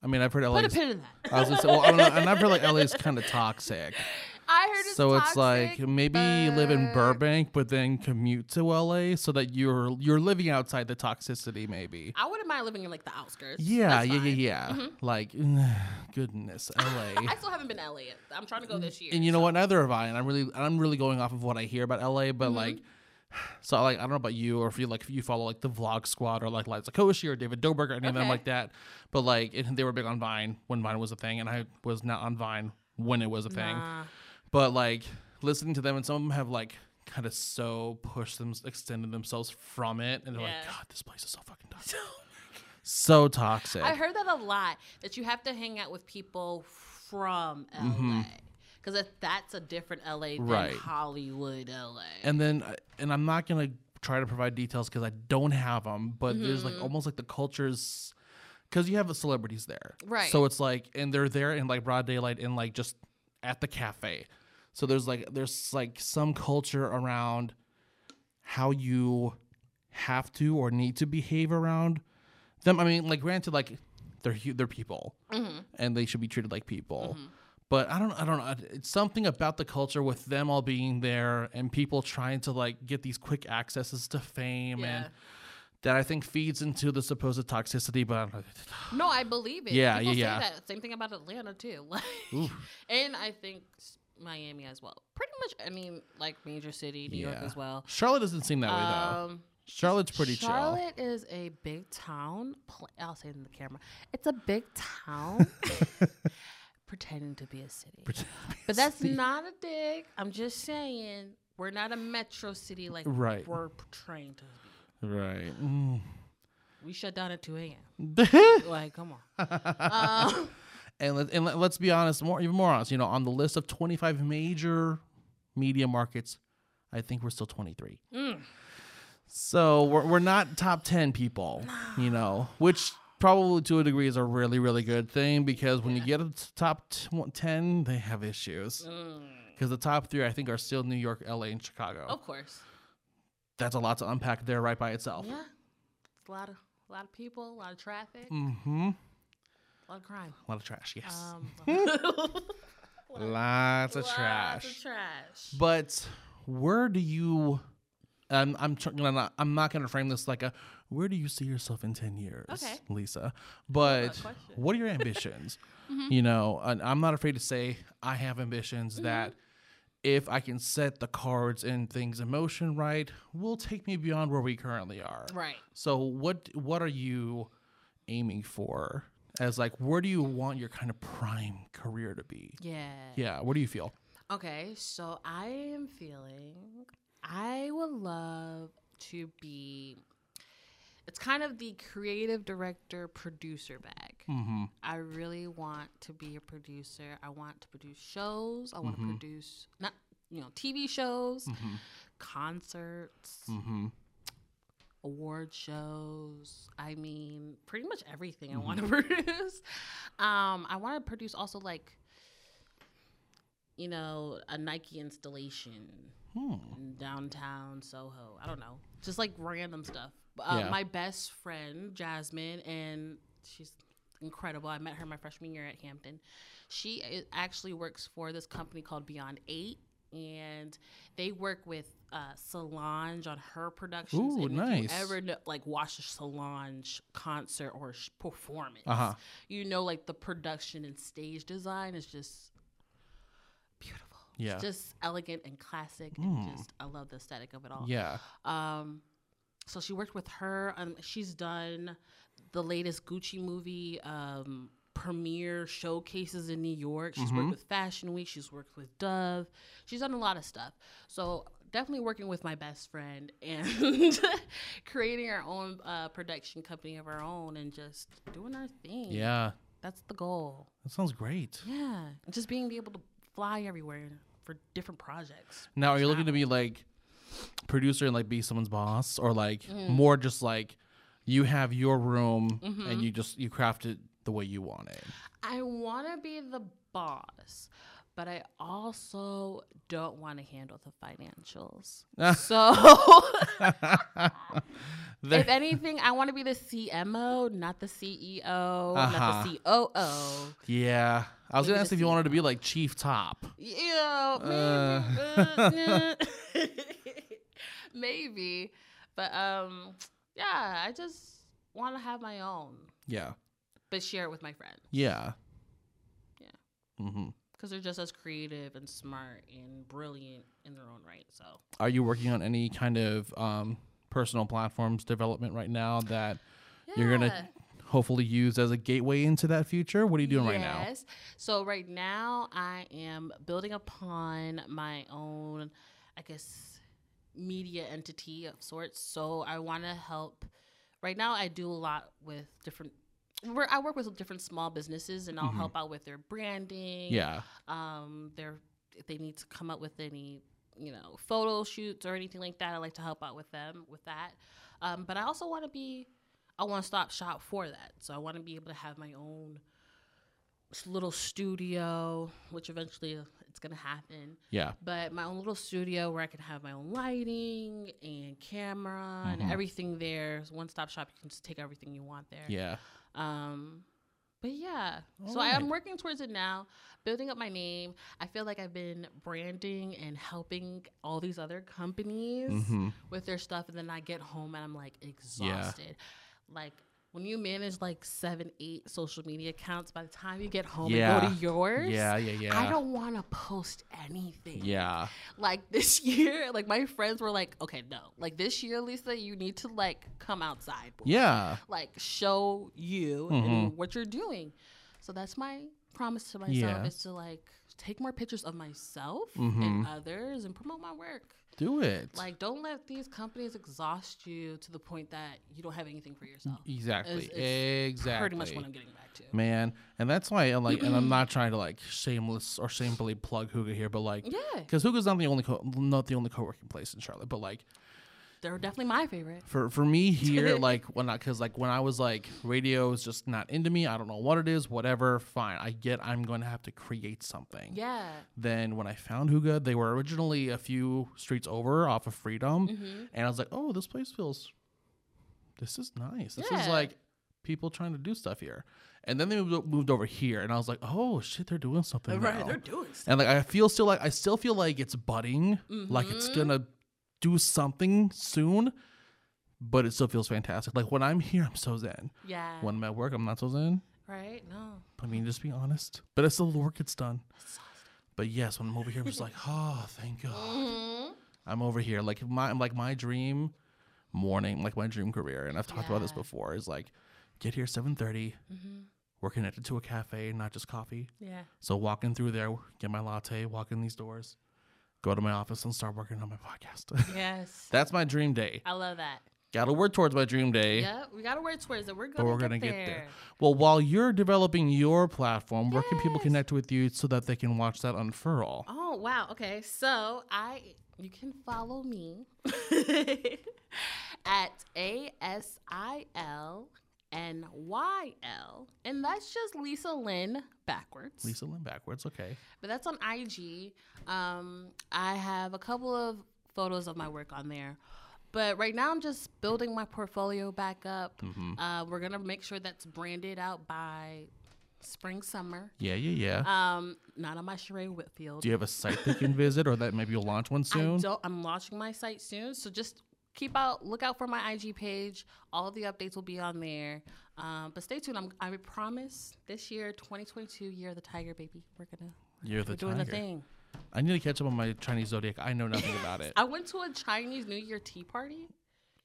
I mean, I've heard LA. put a pin in that. I was gonna say, well, I don't know, and I've heard like LA is kind of toxic. I I heard it's so it's toxic, like hmm. maybe you live in but- Burbank, but then commute to LA so that you're you're living outside the toxicity, maybe. I wouldn't mind living in like the outskirts. Yeah, That's yeah, yeah, fine. yeah. Like, goodness, LA. I still haven't been to LA yet. I'm trying to go this year. and you know what? Neither have I. And I'm really, and I'm really going off of what I hear about LA, Mm-hmm. but like. So like I don't know about you or if you like if you follow like the Vlog Squad or like Liza Koshy or David Dobrik or any of them Okay. like that, but like it, they were big on Vine when Vine was a thing, and I was not on Vine when it was a thing. Nah. But like listening to them, and some of them have like kind of so pushed them, extended themselves from it, and they're like, Yeah. God, this place is so fucking toxic, so toxic. I heard that a lot that you have to hang out with people from Mm-hmm. LA because that's a different LA than Right. Hollywood LA. and then uh, and I'm not gonna try to provide details because I don't have them. But there's like almost like the cultures because you have the celebrities there, Right. So it's like and they're there in like broad daylight and like just at the cafe. So there's like there's like some culture around how you have to or need to behave around them. I mean, like granted, like they're hu- they're people, Mm-hmm. and they should be treated like people. But I don't I don't know. It's something about the culture with them all being there and people trying to like get these quick accesses to fame and Yeah. that I think feeds into the supposed toxicity. But I don't know. No, I believe it. Yeah, People yeah, say yeah. that. Same thing about Atlanta too. Like, and I think s- Miami as well. Pretty much. I mean, like major city, New York Yeah. as well. Charlotte doesn't seem that way though. Um, Charlotte's pretty chill. Charlotte is a big town. Pl- I'll say it in the camera. It's a big town. pretending to be a city. But that's not a dig. I'm just saying we're not a metro city like Right. we're portraying to be. right. We shut down at 2 a.m. Mm. Like, come on. um, and, let, and let, us be honest, more even more honest. You know, on the list of 25 major media markets, I think we're still 23. So we're we're not top 10 people. You know, which probably to a degree is a really really good thing because when you get to top t- 10, they have issues. Because the top three, I think, are still New York, LA, and Chicago. Oh. of course. That's a lot to unpack there, right by itself. Yeah. It's a lot of a lot of people, a lot of traffic, Mm-hmm. a lot of crime. A lot of trash. Yes. Um, lots lots of of trash. trash. But where do you? Um, I'm tr- gonna not, I'm not gonna frame this like a where do you see yourself in ten years, Okay. Lisa? But question. what are your ambitions? Mm-hmm. You know, and I'm not afraid to say I have ambitions Mm-hmm. that if I can set the cards and things in motion right, will take me beyond where we currently are. Right. So what what are you aiming for? As like, where do you want your kind of prime career to be? Yeah. Yeah, what do you feel? Okay, so I am feeling I would love to be it's kind of the creative director producer bag. Mm-hmm. I really want to be a producer. I want to produce shows. I want to produce not you know TV shows, concerts, Mm-hmm. award shows. I mean, pretty much everything I want to produce. Um, I want to produce also like, you know, a Nike installation in downtown Soho. I don't know, just like random stuff. Uh, Yeah. My best friend Jasmine, and she's incredible. I met her my freshman year at Hampton. She i- actually works for this company called Beyond Eight. And they work with uh, Solange on her productions. Ooh, and If nice. you ever know, like watch a Solange concert or sh- performance, Uh-huh. you know, like the production and stage design is just beautiful. Yeah. It's just elegant and classic, and just I love the aesthetic of it all. Yeah. Um, so she worked with her. Um, she's done the latest Gucci movie um, premiere showcases in New York. She's worked with Fashion Week. She's worked with Dove. She's done a lot of stuff. So definitely working with my best friend and creating our own uh, production company of our own and just doing our thing. Yeah. that's the goal. That sounds great. Yeah, And just being able to fly everywhere for different projects. Now, are you looking to be like producer and like be someone's boss, or like Mm. more just like you have your room Mm-hmm. and you just you craft it the way you want it? I want to be the boss, but I also don't want to handle the financials. so, There- if anything, I want to be the CMO, E not the CEO, Uh-huh. not the COO. yeah, I was Maybe gonna just ask if you see- wanted to be like chief top. Yeah, Uh. maybe, uh, nah. maybe, but um, yeah, I just want to have my own, Yeah. but share it with my friends Yeah. Yeah. hmm because they're just as creative and smart and brilliant in their own right. So Are you working on any kind of um, personal platforms development right now that you're gonna hopefully use as a gateway into that future? What are you doing right now? Yes. So right now I am building upon my own, I guess, media entity of sorts. So I want to help. Right now I do a lot with different. Where I work with different small businesses, and I'll Mhm. help out with their branding. Yeah. Um, their if they need to come up with any you know photo shoots or anything like that. I like to help out with them with that. Um, but I also want to be a one stop shop for that. So I want to be able to have my own s- little studio, which eventually uh, it's going to happen. Yeah. But my own little studio where I can have my own lighting and camera Mhm. and everything there. It's one stop shop. You can just take everything you want there. Yeah. Um, but yeah, so I Alright. am working towards it now, building up my name. I feel like I've been branding and helping all these other companies hmm with their stuff, and then I get home and I'm like exhausted. Like when you manage like seven, eight social media accounts, by the time you get home Yeah. and go to yours, Yeah. Yeah. Yeah. I don't want to post anything. Yeah. Like this year, like my friends were like, okay, no. Like this year, Lisa, you need to like come outside. boo Yeah. like show you Mhm. and what you're doing. So that's my promise to myself Yeah. is to like take more pictures of myself Mhm. and others and promote my work. Do it. Like don't let these companies exhaust you to the point that you don't have anything for yourself. exactly. it's exactly. Pretty much what I'm getting back to. man and that's why and like and i'm not trying to like shameless or shamefully plug Huga here but like Yeah. because Huga's not the only co- not the only co-working place in charlotte but like They're definitely my favorite. for for me here like when not because like when i was like radio is just not into me i don't know what it is whatever fine i get i'm going to have to create something Yeah. then when I found Huga, they were originally a few streets over off of Freedom, Mm-hmm. and I was like, "Oh, this place feels, this is nice. This is Yeah. like people trying to do stuff here." And then they moved, moved over here, and I was like, "Oh shit, they're doing something Right. now." They're doing stuff. and like I feel still like I still feel like it's budding, like it's Mm-hmm. gonna do something soon, but it still feels fantastic. Like when I'm here, I'm so zen. Yeah. When I'm at work, I'm not so zen. Right? No. I mean, just be honest. But I still the work gets done. Exhausted. But yes, when I'm over here, I'm just like, oh, thank God, Mhm. I'm over here. Like my, I'm like my dream morning, like my dream career, and I've talked about this Yeah. Mm-hmm. before. Is like, get here 7:30. We're connected to a cafe, not just coffee. Yeah. So walking through there, get my latte, walk in these doors, go to my office, and start working on my podcast. Yes. That's my dream day. I love that. Got to work towards my dream day. Yeah, we gotta work towards it. We're But gonna, we're gonna get, get there. there. Well, while you're developing your platform, where can people Yes. connect with you so that they can watch that unfurl? Oh wow. Okay. So I you can follow me at A S I L N Y L. And that's just Lisa Lynn backwards. Lisa Lynn backwards, okay. But that's on IG. Um I have a couple of photos of my work on there. But right now I'm just building my portfolio back up. Uh, we're gonna make sure that's branded out by spring summer. Yeah, yeah, yeah. Um, not on my Sheree Whitfield. Do you have a site they can visit, or that maybe you'll launch one soon? I don't, I'm launching my site soon, so just keep out, look out for my IG page. All of the updates will be on there. Um, but stay tuned. I'm, I promise this year, 2022, year of the tiger, baby. We're gonna You're we're the doing tiger. the thing. I need to catch up on my Chinese zodiac. I know nothing about it. I went to a Chinese New Year tea party.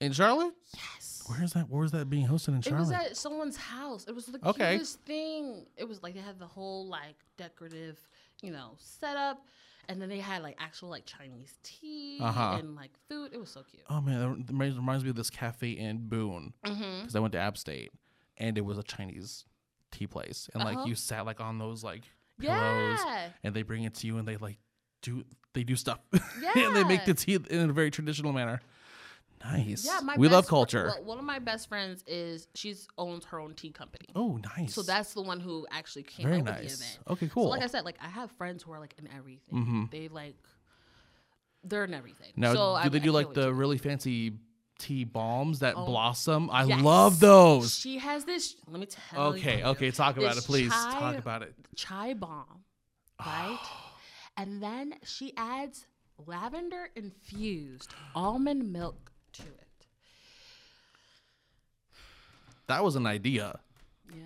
In Charlotte, Yes. where is that? Where is that being hosted in It was Charlotte? at someone's house. It was the Okay. cutest thing. It was like they had the whole like decorative, you know, setup, and then they had like actual like Chinese tea Uh-huh. and like food. It was so cute. oh man, that rem- reminds reminds me of this cafe in Boone Mm-hmm. because I went to App State, and it was a Chinese tea place, and like Uh-huh. you sat like on those like pillows, Yeah. and they bring it to you, and they like do they do stuff, Yeah. and they make the tea in a very traditional manner. Nice. Yeah, my we love best fr- culture. well, one of my best friends is she's owns her own tea company, oh, nice. so that's the one who actually came very up with the nice. event. Okay, cool. So like I said, like I have friends who are like in everything. Mhm. They like they're in everything. Now, so do I, they I do can't like wait the to- really fancy tea balms that Oh, blossom. I Yes. love those. She has this. Let me tell you. Okay, okay, talk about This it, please. chai- Talk about it. Chai bomb, right? and then she adds lavender infused almond milk to it. That was an idea. Yeah.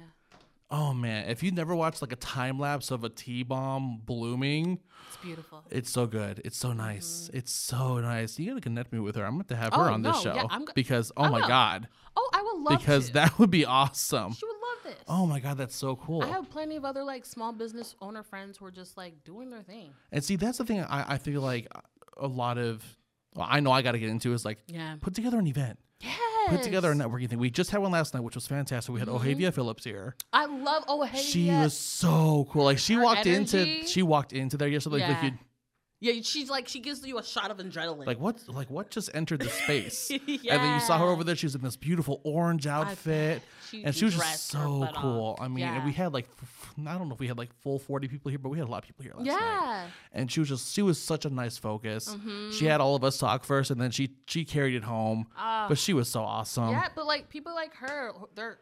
Oh man, if you never watched like a time lapse of a tea bomb blooming, It's beautiful. it's so good. It's so nice. It's so nice. You gotta connect me with her. I'm gonna have to have her Mm-hmm. Oh, on this no, show yeah, I'm go- because oh my will. god, Oh, I would love because to. that would be awesome. she would love this. Oh my god, that's so cool. I have plenty of other like small business owner friends who are just like doing their thing. and see, that's the thing. I, I feel like a lot of well, I know I gotta get into is like Yeah. put together an event. Yes. Mm-hmm. Put together a networking thing. We just had one last night, which was fantastic. We had Ohavia Phillips here. I love oh hey She yeah. was so cool. Like she Her walked energy. into she walked into there yesterday. Like, like Yeah. you'd- yeah she's like she gives you a shot of adrenaline. like what like what just entered the space and then you saw her Yeah. over there she was in this beautiful orange outfit She and she was just dressed her so butt off. cool i mean and we Yeah. had like f- f- i don't know if we had like full 40 people here but we had a lot of people here last night yeah. Mm-hmm. and she was just she was such a nice focus she had all of us talk first and then she she carried it home Ah. but she was so awesome yeah, but like people like her, there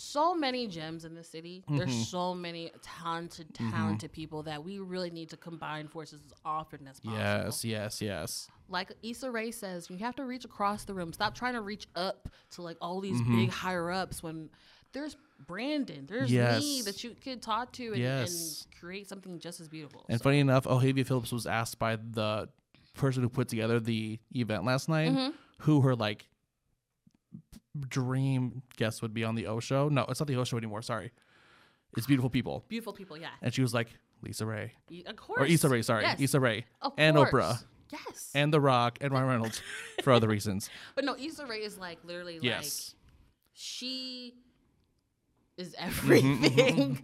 so many gems in the city. Mm-hmm. There's so many talented, talented people that we really need to combine forces as often as possible. yes yes yes Like Issa Rae says, you have to reach across the room. Stop trying to reach up to like all these Mm-hmm. big higher ups when there's Brandon, there's me Yes. that you could talk to and, Yes. and create something just as beautiful. And funny enough, Ohavia Phillips was asked by the person who put together the event last night Mm-hmm. who her like dream guest would be on the O show. No, it's not the O show anymore. Sorry, it's beautiful people, beautiful people, yeah. and she was like Lisa Ray Y- Of course. or Issa Ray. Sorry, Yes. Issa Ray Of and course. Oprah Yes. and The Rock and Ryan Reynolds for other reasons. but no, Issa Rae is like literally like Yes, she is everything.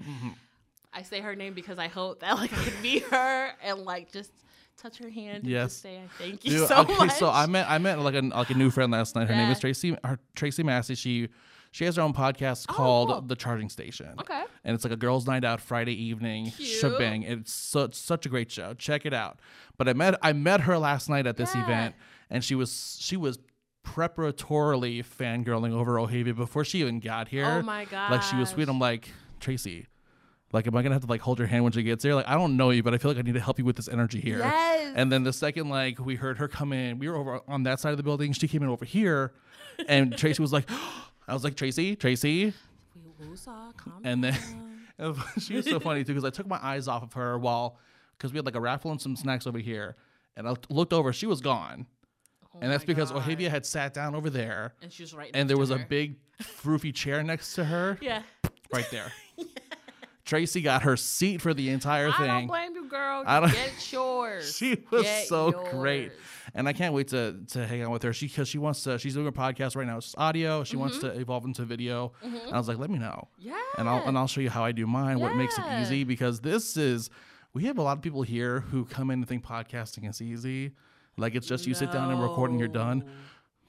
I say her name because I hope that like I can meet her and like just touch her hand and Yes. just say I thank you Dude, so okay, much. so I met I met like a like a new friend last night. Her name Yeah. is Tracy her, Tracy Massey. She she has her own podcast called Oh, cool. The Charging Station. Okay. and it's like a girls' night out Friday evening Cute. shebang. It's such such a great show. Check it out. But I met I met her last night at this Yeah. event, and she was she was preparatorily fangirling over Ohavia before she even got here. Oh my Like she was sweet. gosh. I'm like Tracy. Like, am I gonna have to like hold your hand when she gets here? Like, I don't know you, but I feel like I need to help you with this energy here. Yes. And then the second, like, we heard her come in, we were over on that side of the building. She came in over here, and Tracy was like, I was like, Tracy, Tracy, We will saw, calm and then down. she was so funny too because I took my eyes off of her while because we had like a raffle and some snacks over here, and I looked- looked over, she was gone, and that's Oh my because God. Ohavia had sat down over there, and she was right. and there was a big big roofy chair next to her yeah. right there. Tracy got her seat for the entire I don't thing. blame you, girl. I don't- Get yours. She was Get so great, yours. and I can't wait to to hang out with her. She because she wants to. She's doing a podcast right now. It's just audio. She wants to evolve into video. And I was like, let me know. Mm-hmm. Yeah. and I'll and I'll show you how I do mine. What makes it Yeah. easy because this is we have a lot of people here who come in and think podcasting is easy, like it's just you sit down and record and you're done.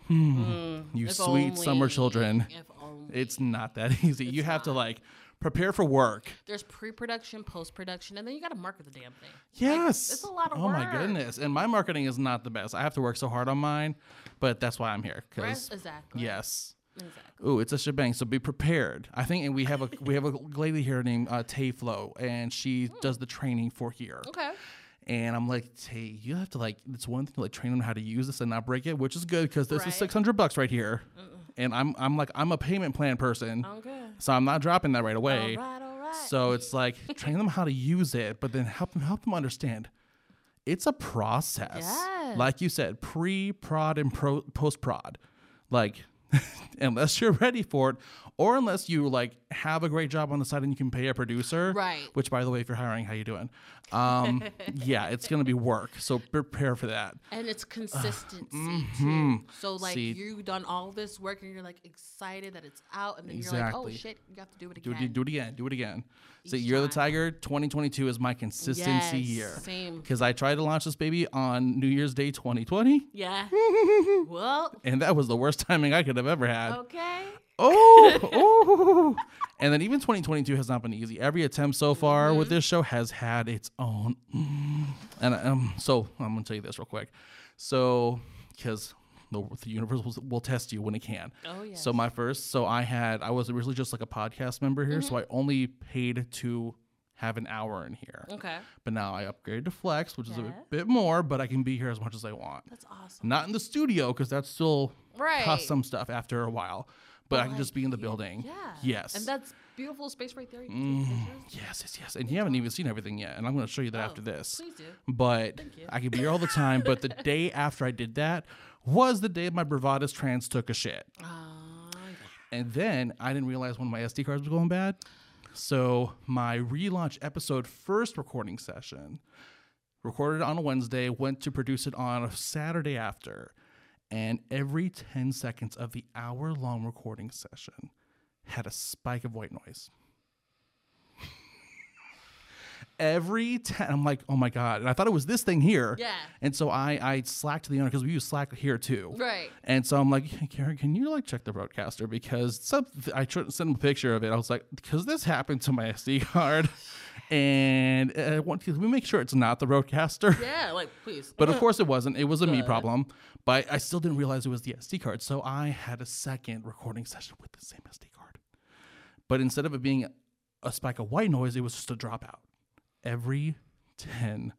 Hmm. You Hmm. If sweet summer only- children, If only. it's not that easy. you have to like prepare for work. There's pre-production, post-production, and then you got to market the damn thing. Yes, it's a lot of oh my work. goodness, and my marketing is not the best. I have to work so hard on mine, but that's why I'm here. Right? Cause Exactly. yes. Exactly. Ooh, it's a shebang. So be prepared. I think, and we have a we have a lady here named uh, Tay Flo, and she does the training for here. Hmm. Okay. And I'm like, hey, you have to like, it's one thing to like train them how to use this and not break it, which is good because this Right. is 600 bucks right here. And I'm, I'm like, I'm a payment plan person. Okay. So I'm not dropping that right All away. right, all right. So it's like, train them how to use it, but then help them, help them understand it's a process. Yes. Like you said, pre prod and pro, post prod. Like, unless you're ready for it, or unless you like have a great job on the side and you can pay a producer. Right. Which, by the way, if you're hiring, how you doing? Um, yeah, it's gonna be work. So prepare for that. and it's consistency too. So like Mm-hmm. See- you done all this work and you're like excited that it's out, and then you're like, oh Exactly. shit, you have to do it Do again. it, do it again. Do it again. So you're the time. tiger. 2022 is my consistency Yes, year. same. Because I tried to launch this baby on New Year's Day 2020, yeah. well, and that was the worst timing I could have ever had. okay. Oh, oh. And then even 2022 has not been easy. Every attempt so far Mm-hmm. with this show has had its mm, own. And um, so I'm gonna tell you this real quick. So, because the, the universe will, will test you when it can. Oh, yeah. So my first, so I had, I was originally just like a podcast member here, Mm-hmm. so I only paid to have an hour in here. okay. But now I upgraded to Flex, which is Yeah. a bit more, but I can be here as much as I want. That's awesome. Not in the studio because that's still Right. costs some stuff after a while. But I can just be in the building. Yeah. Yes. Mm. And that's beautiful space right there. You can take pictures. yes, yes, yes. And you haven't even seen everything yet, and I'm going to show you that after this. Oh, Please do. But you. I could be here all the time. But the day after I did that was the day my bravadas trans took a shit. Ah, yeah. And then I didn't realize one of my SD cards was going bad. So my relaunch episode first recording session, recorded on a Wednesday, went to produce it on a Saturday after. And every 10 seconds of the hour long recording session had a spike of white noise. Every 10, I'm like, oh my God. And I thought it was this thing here. Yeah. And so I, I slacked to the owner because we use Slack here too. Right. And so I'm like, "Hey, Karen, can you like check the broadcaster? Because some, I tr- sent him a picture of it. I was like, because this happened to my SD card. And uh, I want to, we make sure it's not the broadcaster. Yeah. Like, please. But of course it wasn't. It was a me problem. But I still didn't realize it was the SD card. So I had a second recording session with the same SD card. But instead of it being a spike of white noise, it was just a dropout every 10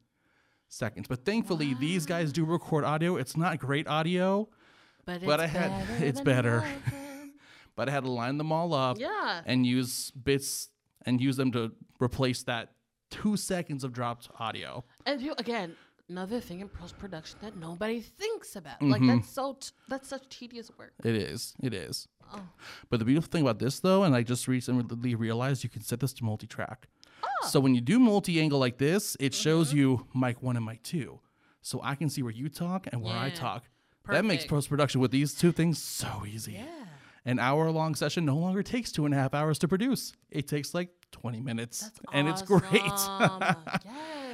seconds. But thankfully, these guys do record audio. It's not great audio but, but I had- it's than better. nothing. but I had to line them all up yeah. and use bits and use them to replace that two seconds of dropped audio. And people, again, another thing in post production that nobody thinks about. Like Mm-hmm. that's so t- that's such tedious work. It is. It is. Oh. But the beautiful thing about this, though, and I just recently realized you can set this to multi track. Oh. So when you do multi angle like this, it shows Mm-hmm. you mic one and mic two. So I can see where you talk and where I Yeah. talk. That makes Perfect. post production with these two things so easy. An hour long session no longer takes two and a half hours to produce, it takes like 20 minutes. and it's great. yes.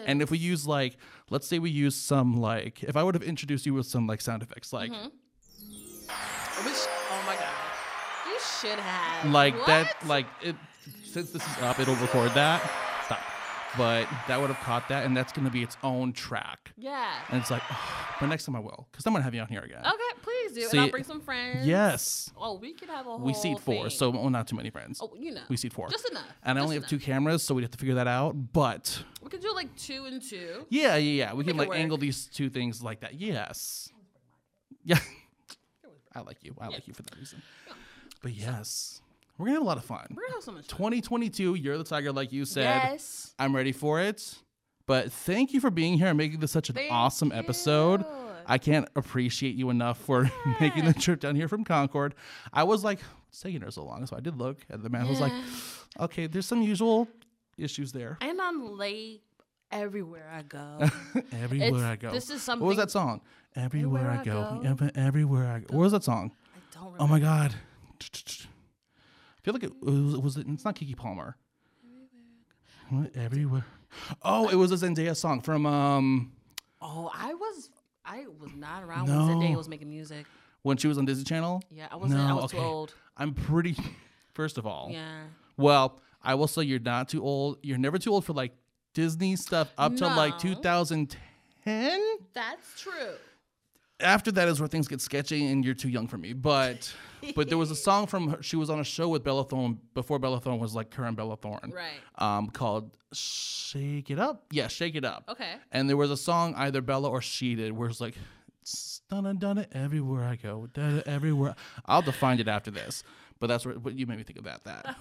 And if we use like, let's say we use some like, if I would have introduced you with some like sound effects, like Which, oh my god, you should have like that, What? like it, since this is up, it'll record that. Stop. But that would have caught that, and that's gonna be its own track. yeah. And it's like, oh, but next time I will, because I'm gonna have you on here again. Okay, please do, See, and I'll bring some friends. Yes, Oh, we could have a whole. we seat four, thing. so well, not too many friends. oh, you know, we seat four, Just enough. and I just only have enough. two cameras, so we'd have to figure that out. But We could do like two and two. yeah, yeah, yeah, we can it like work. angle these two things like that. Yes, yeah. I like you. I like you for that reason. But yes, we're gonna have a lot of fun. We're gonna have so much. fun. 2022, you're the tiger, like you said. Yes. I'm ready for it. But thank you for being here and making this such an Thank awesome episode. you. I can't appreciate you enough for making the trip down here from Concord. I was like, it's taking her so long. So I did look, and the man was like, okay, there's some usual issues there. And I'm late everywhere I go. Everywhere It's- I go. this is What was something- that song? Everywhere, Everywhere I I go. go. Ev- Everywhere I go. What was that song? I don't remember. Oh my God. I feel like it was, was it, it's not Kiki Palmer. What? Everywhere. Oh, it was a Zendaya song from um Oh, I was I was not around No. when Zendaya was making music. when she was on Disney Channel. Yeah, I wasn't. I No, was too okay. old. I'm pretty. First of all, Yeah. well, I will say you're not too old. You're never too old for like Disney stuff up till like No. 2010. That's true. After that is where things get sketchy, and you're too young for me. But but there was a song from her, she was on a show with Bella Thorne before Bella Thorne was like current Bella Thorne. Right. um, called Shake It Up. Yeah, Shake It Up. Okay. And there was a song either Bella or she did where it's like, done done everywhere I go, done everywhere. I'll define it after this, but that's what, what you made me think about that.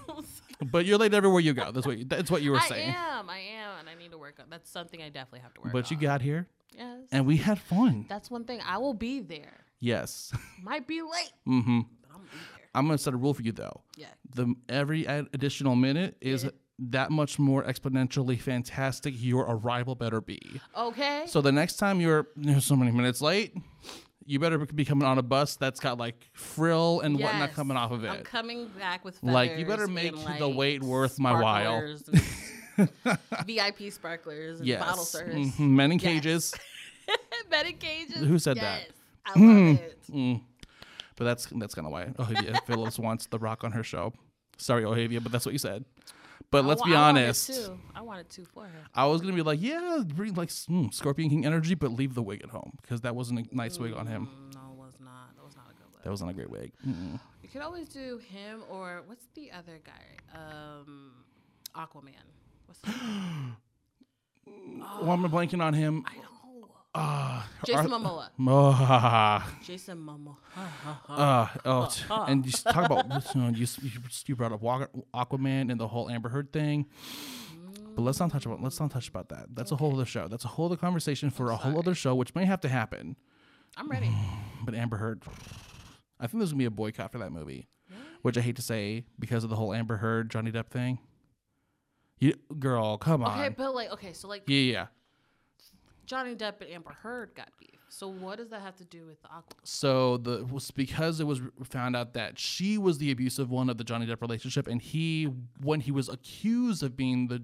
But you're late everywhere you go. That's what you, that's what you were Oh, I saying. am. I am, and I need to work on. That's something I definitely have to work on. But you got here, Yes. and we had fun. That's one thing. I will be there. Yes. Might be late, hmm but I'm be there. I'm gonna set a rule for you though. Yeah. The every ad- additional minute is. That much more exponentially fantastic your arrival better be. Okay. So the next time you're you're so many minutes late, you better be coming on a bus that's got like frill and whatnot Yes. coming off of I'm it. coming back with feathers. Like, you better make and, the like, wait worth my while. sparklers and VIP sparklers and yes, bottle service. Mhm. men in Yes. cages. Betty Cages. Who said that? Hmm. that? I love it. But that's that's kind of why Olivia Phillips wants The Rock on her show. Sorry, Olivia, but that's what you said. But let's I be wa- Oh, I wanted honest. two. I wanted two for her. I was gonna be like, yeah, bring like mm, Scorpion King energy, but leave the wig at home because that wasn't a nice wig on him. No, it was not. That wasn't a great wig. Mm-mm. You could always do him or what's the other guy? Um, Aquaman. What's his name? Oh. Well, I'm blanking on him. I don't know. Uh, Jason Momoa. Momoa. Jason Momoa. Uh, oh, t- Uh-huh. and you s- talk about you, know, you, s- you s- you brought up Wa- Aquaman and the whole Amber Heard thing, but let's not touch about let's not touch about that. That's a whole other show. That's a whole other conversation for a whole other show, which may have to happen. I'm ready. But Amber Heard, I think there's gonna be a boycott for that movie, which I hate to say because of the whole Amber Heard Johnny Depp thing. You girl, come on, Okay, but like, okay, so like yeah, yeah. Johnny Depp and Amber Heard got beef. So what does that have to do with the Aquaman? So the it was because it was found out that she was the abusive one of the Johnny Depp relationship, and he, when he was accused of being the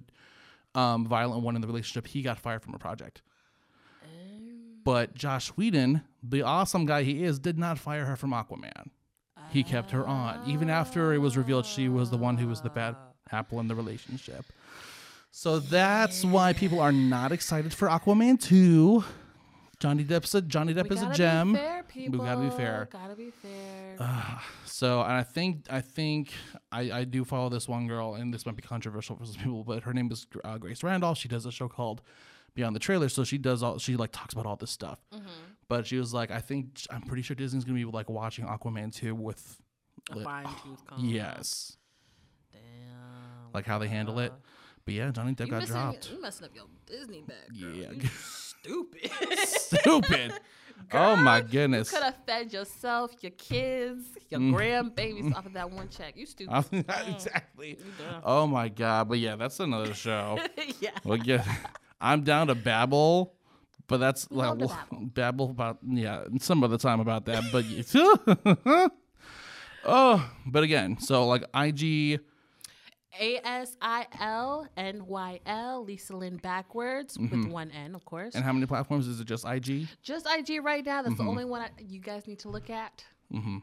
um, violent one in the relationship, he got fired from a project. Oh. But Josh Whedon, the awesome guy he is, did not fire her from Aquaman. He kept her on, even after it was revealed she was the one who was the bad Ah. apple in the relationship. So that's why people are not excited for Aquaman 2. Johnny Depp said Johnny Depp We is gotta a gem. Be fair, people. We gotta be fair. Gotta be fair. So, and I think I think I, I do follow this one girl, and this might be controversial for some people, but her name is uh, Grace Randolph. She does a show called Beyond the Trailer, so she does all she like talks about all this stuff. But she was like, I think I'm pretty sure Disney's gonna be like watching Aquaman two with a fine oh, tooth comb. yes, Damn. like how they handle it. But yeah, Johnny Depp You got messing, dropped. You messing up your Disney bag. Girl. Yeah. You stupid. Stupid. oh my goodness. Could have fed yourself, your kids, your grandbabies off of that one check. You stupid. exactly. Oh my god. But yeah, that's another show. yeah. Well, yeah, I'm down to babble, but that's like love to well, babble about yeah some other time about that. But you- oh, but again, so like IG, A S I L N Y L, Lisa Lynn backwards Mm-hmm. with one N, of course. and how many platforms is it? Just IG? Just IG right now. That's Mm-hmm. the only one I, you guys need to look at. Mm-hmm.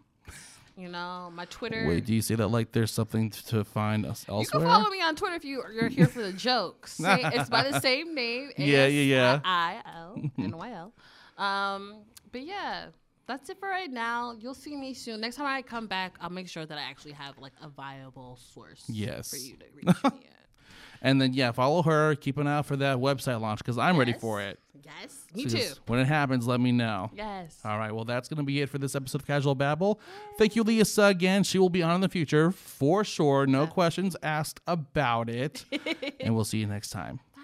You know, my Twitter. Wait, do you say that like there's something t- to find us You can elsewhere? follow me on Twitter if you, you're here for the jokes. See, it's by the same name. Yeah, yeah, yeah. I L N Y L. Um, but yeah, that's it for right now. You'll see me soon. Next time I come back, I'll make sure that I actually have like a viable source. Yes. For you to reach me. at. and then yeah, follow her. Keep an eye out for that website launch because I'm ready for Yes. it. Yes, me So too. just Uh, When it happens, let me know. Yes. All right. Well, that's going to be it for this episode of Casual Babble. Thank you, Lisa, again. She will be on in the future for sure. No questions asked about it. and we'll see you next time. Bye.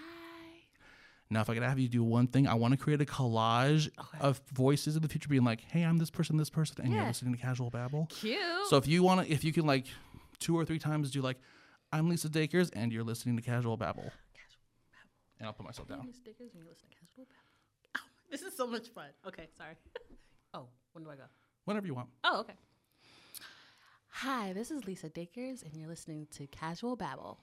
Now, if I could have you do one thing, I want to create a collage of voices in the future being like, hey, I'm this person, this person, and you're Yeah. listening to Casual Babble. Cute. So if you want to, if you can like two or three times do like, I'm Lisa Dakers, and you're listening to Casual Babble. And I'll put myself down. Miss Dickers, when you listen to Casual Babble. Oh, this is so much fun. Okay, sorry. oh, when do I go? Whenever you want. Oh, okay. Hi, this is Lisa Dakers, and you're listening to Casual Babble.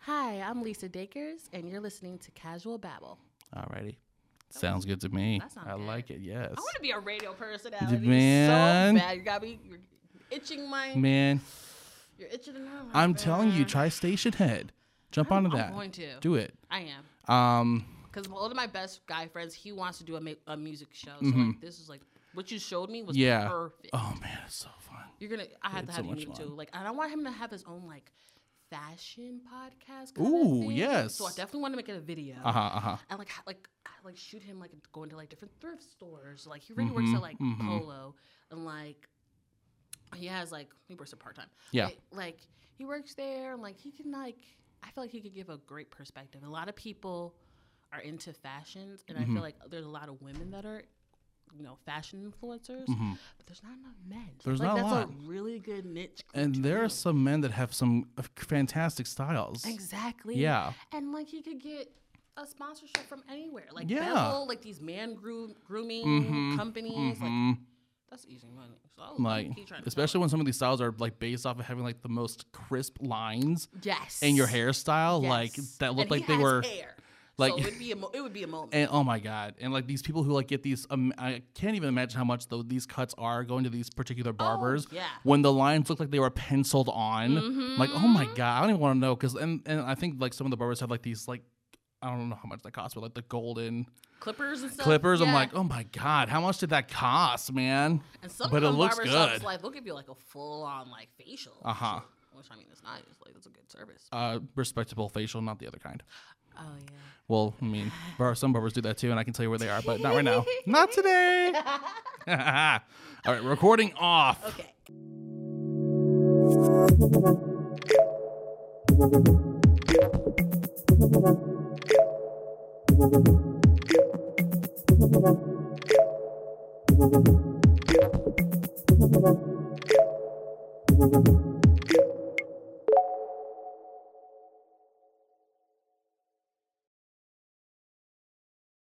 Hi, I'm Lisa Dakers, and you're listening to Casual Babble. Alrighty. Sounds good to me. that sounds I good. like it. Yes. I want to be a radio personality Man. so bad. You got me you're itching my, Man. you're itching in my. I'm telling you, try Station Head. Jump onto I'm that. going to. Do it. I am. Um, Because one of my best guy friends, he wants to do a, ma- a music show. So like, this is like what you showed me was Mm-hmm. yeah. perfect. Oh man, it's so fun. You're gonna. I have to so have you much meet him fun. too. Like, and I want him to have his own like fashion podcast. kinda Ooh, thing. yes. So I definitely want to make it a video. Uh huh. Uh huh. And like, ha- like, I- like shoot him like going to like different thrift stores. Like he really works Mm-hmm, at like Polo, and like he has like he works at part time. Yeah. Like, like, he works there, and like he can like I feel like he could give a great perspective. A lot of people are into fashions, and Mm-hmm. I feel like there's a lot of women that are. You know, fashion influencers, but there's not enough men. Mm-hmm. So There's I feel like not a that's lot. a really good niche. group And to there are do. some men that have some uh, fantastic styles. Exactly. Yeah. And like he could get a sponsorship from anywhere, like Yeah. Mm-hmm. Bevel, like these man groom, grooming companies. Like that's easy money. So I would Like, keep trying to sell especially when some of these styles are like based off of having like the most crisp lines it. yes, in your hairstyle, like Yes. that looked And he like they has were. hair. like- so it would be a mo- it would be a moment. And oh my god! And like these people who like get these, um, I can't even imagine how much though these cuts are going to these particular barbers. Oh, yeah. Mm-hmm. When the lines look like they were penciled on, like oh my god, I don't even want to know because and and I think like some of the barbers have like these like. I don't know how much that costs, but like the golden clippers and stuff. clippers. I'm Yeah. like, oh my god, how much did that cost, man? and some but of it them looks barbershops, good. Like they'll give you like a full on like facial. and Uh-huh. shit, Which I mean, it's nice. Like that's a good service. Uh, respectable facial, not the other kind. oh yeah. Well, I mean, bar- some barbers do that too, and I can tell you where they are, but not right now. not today. All right, recording off. Okay. Thank you.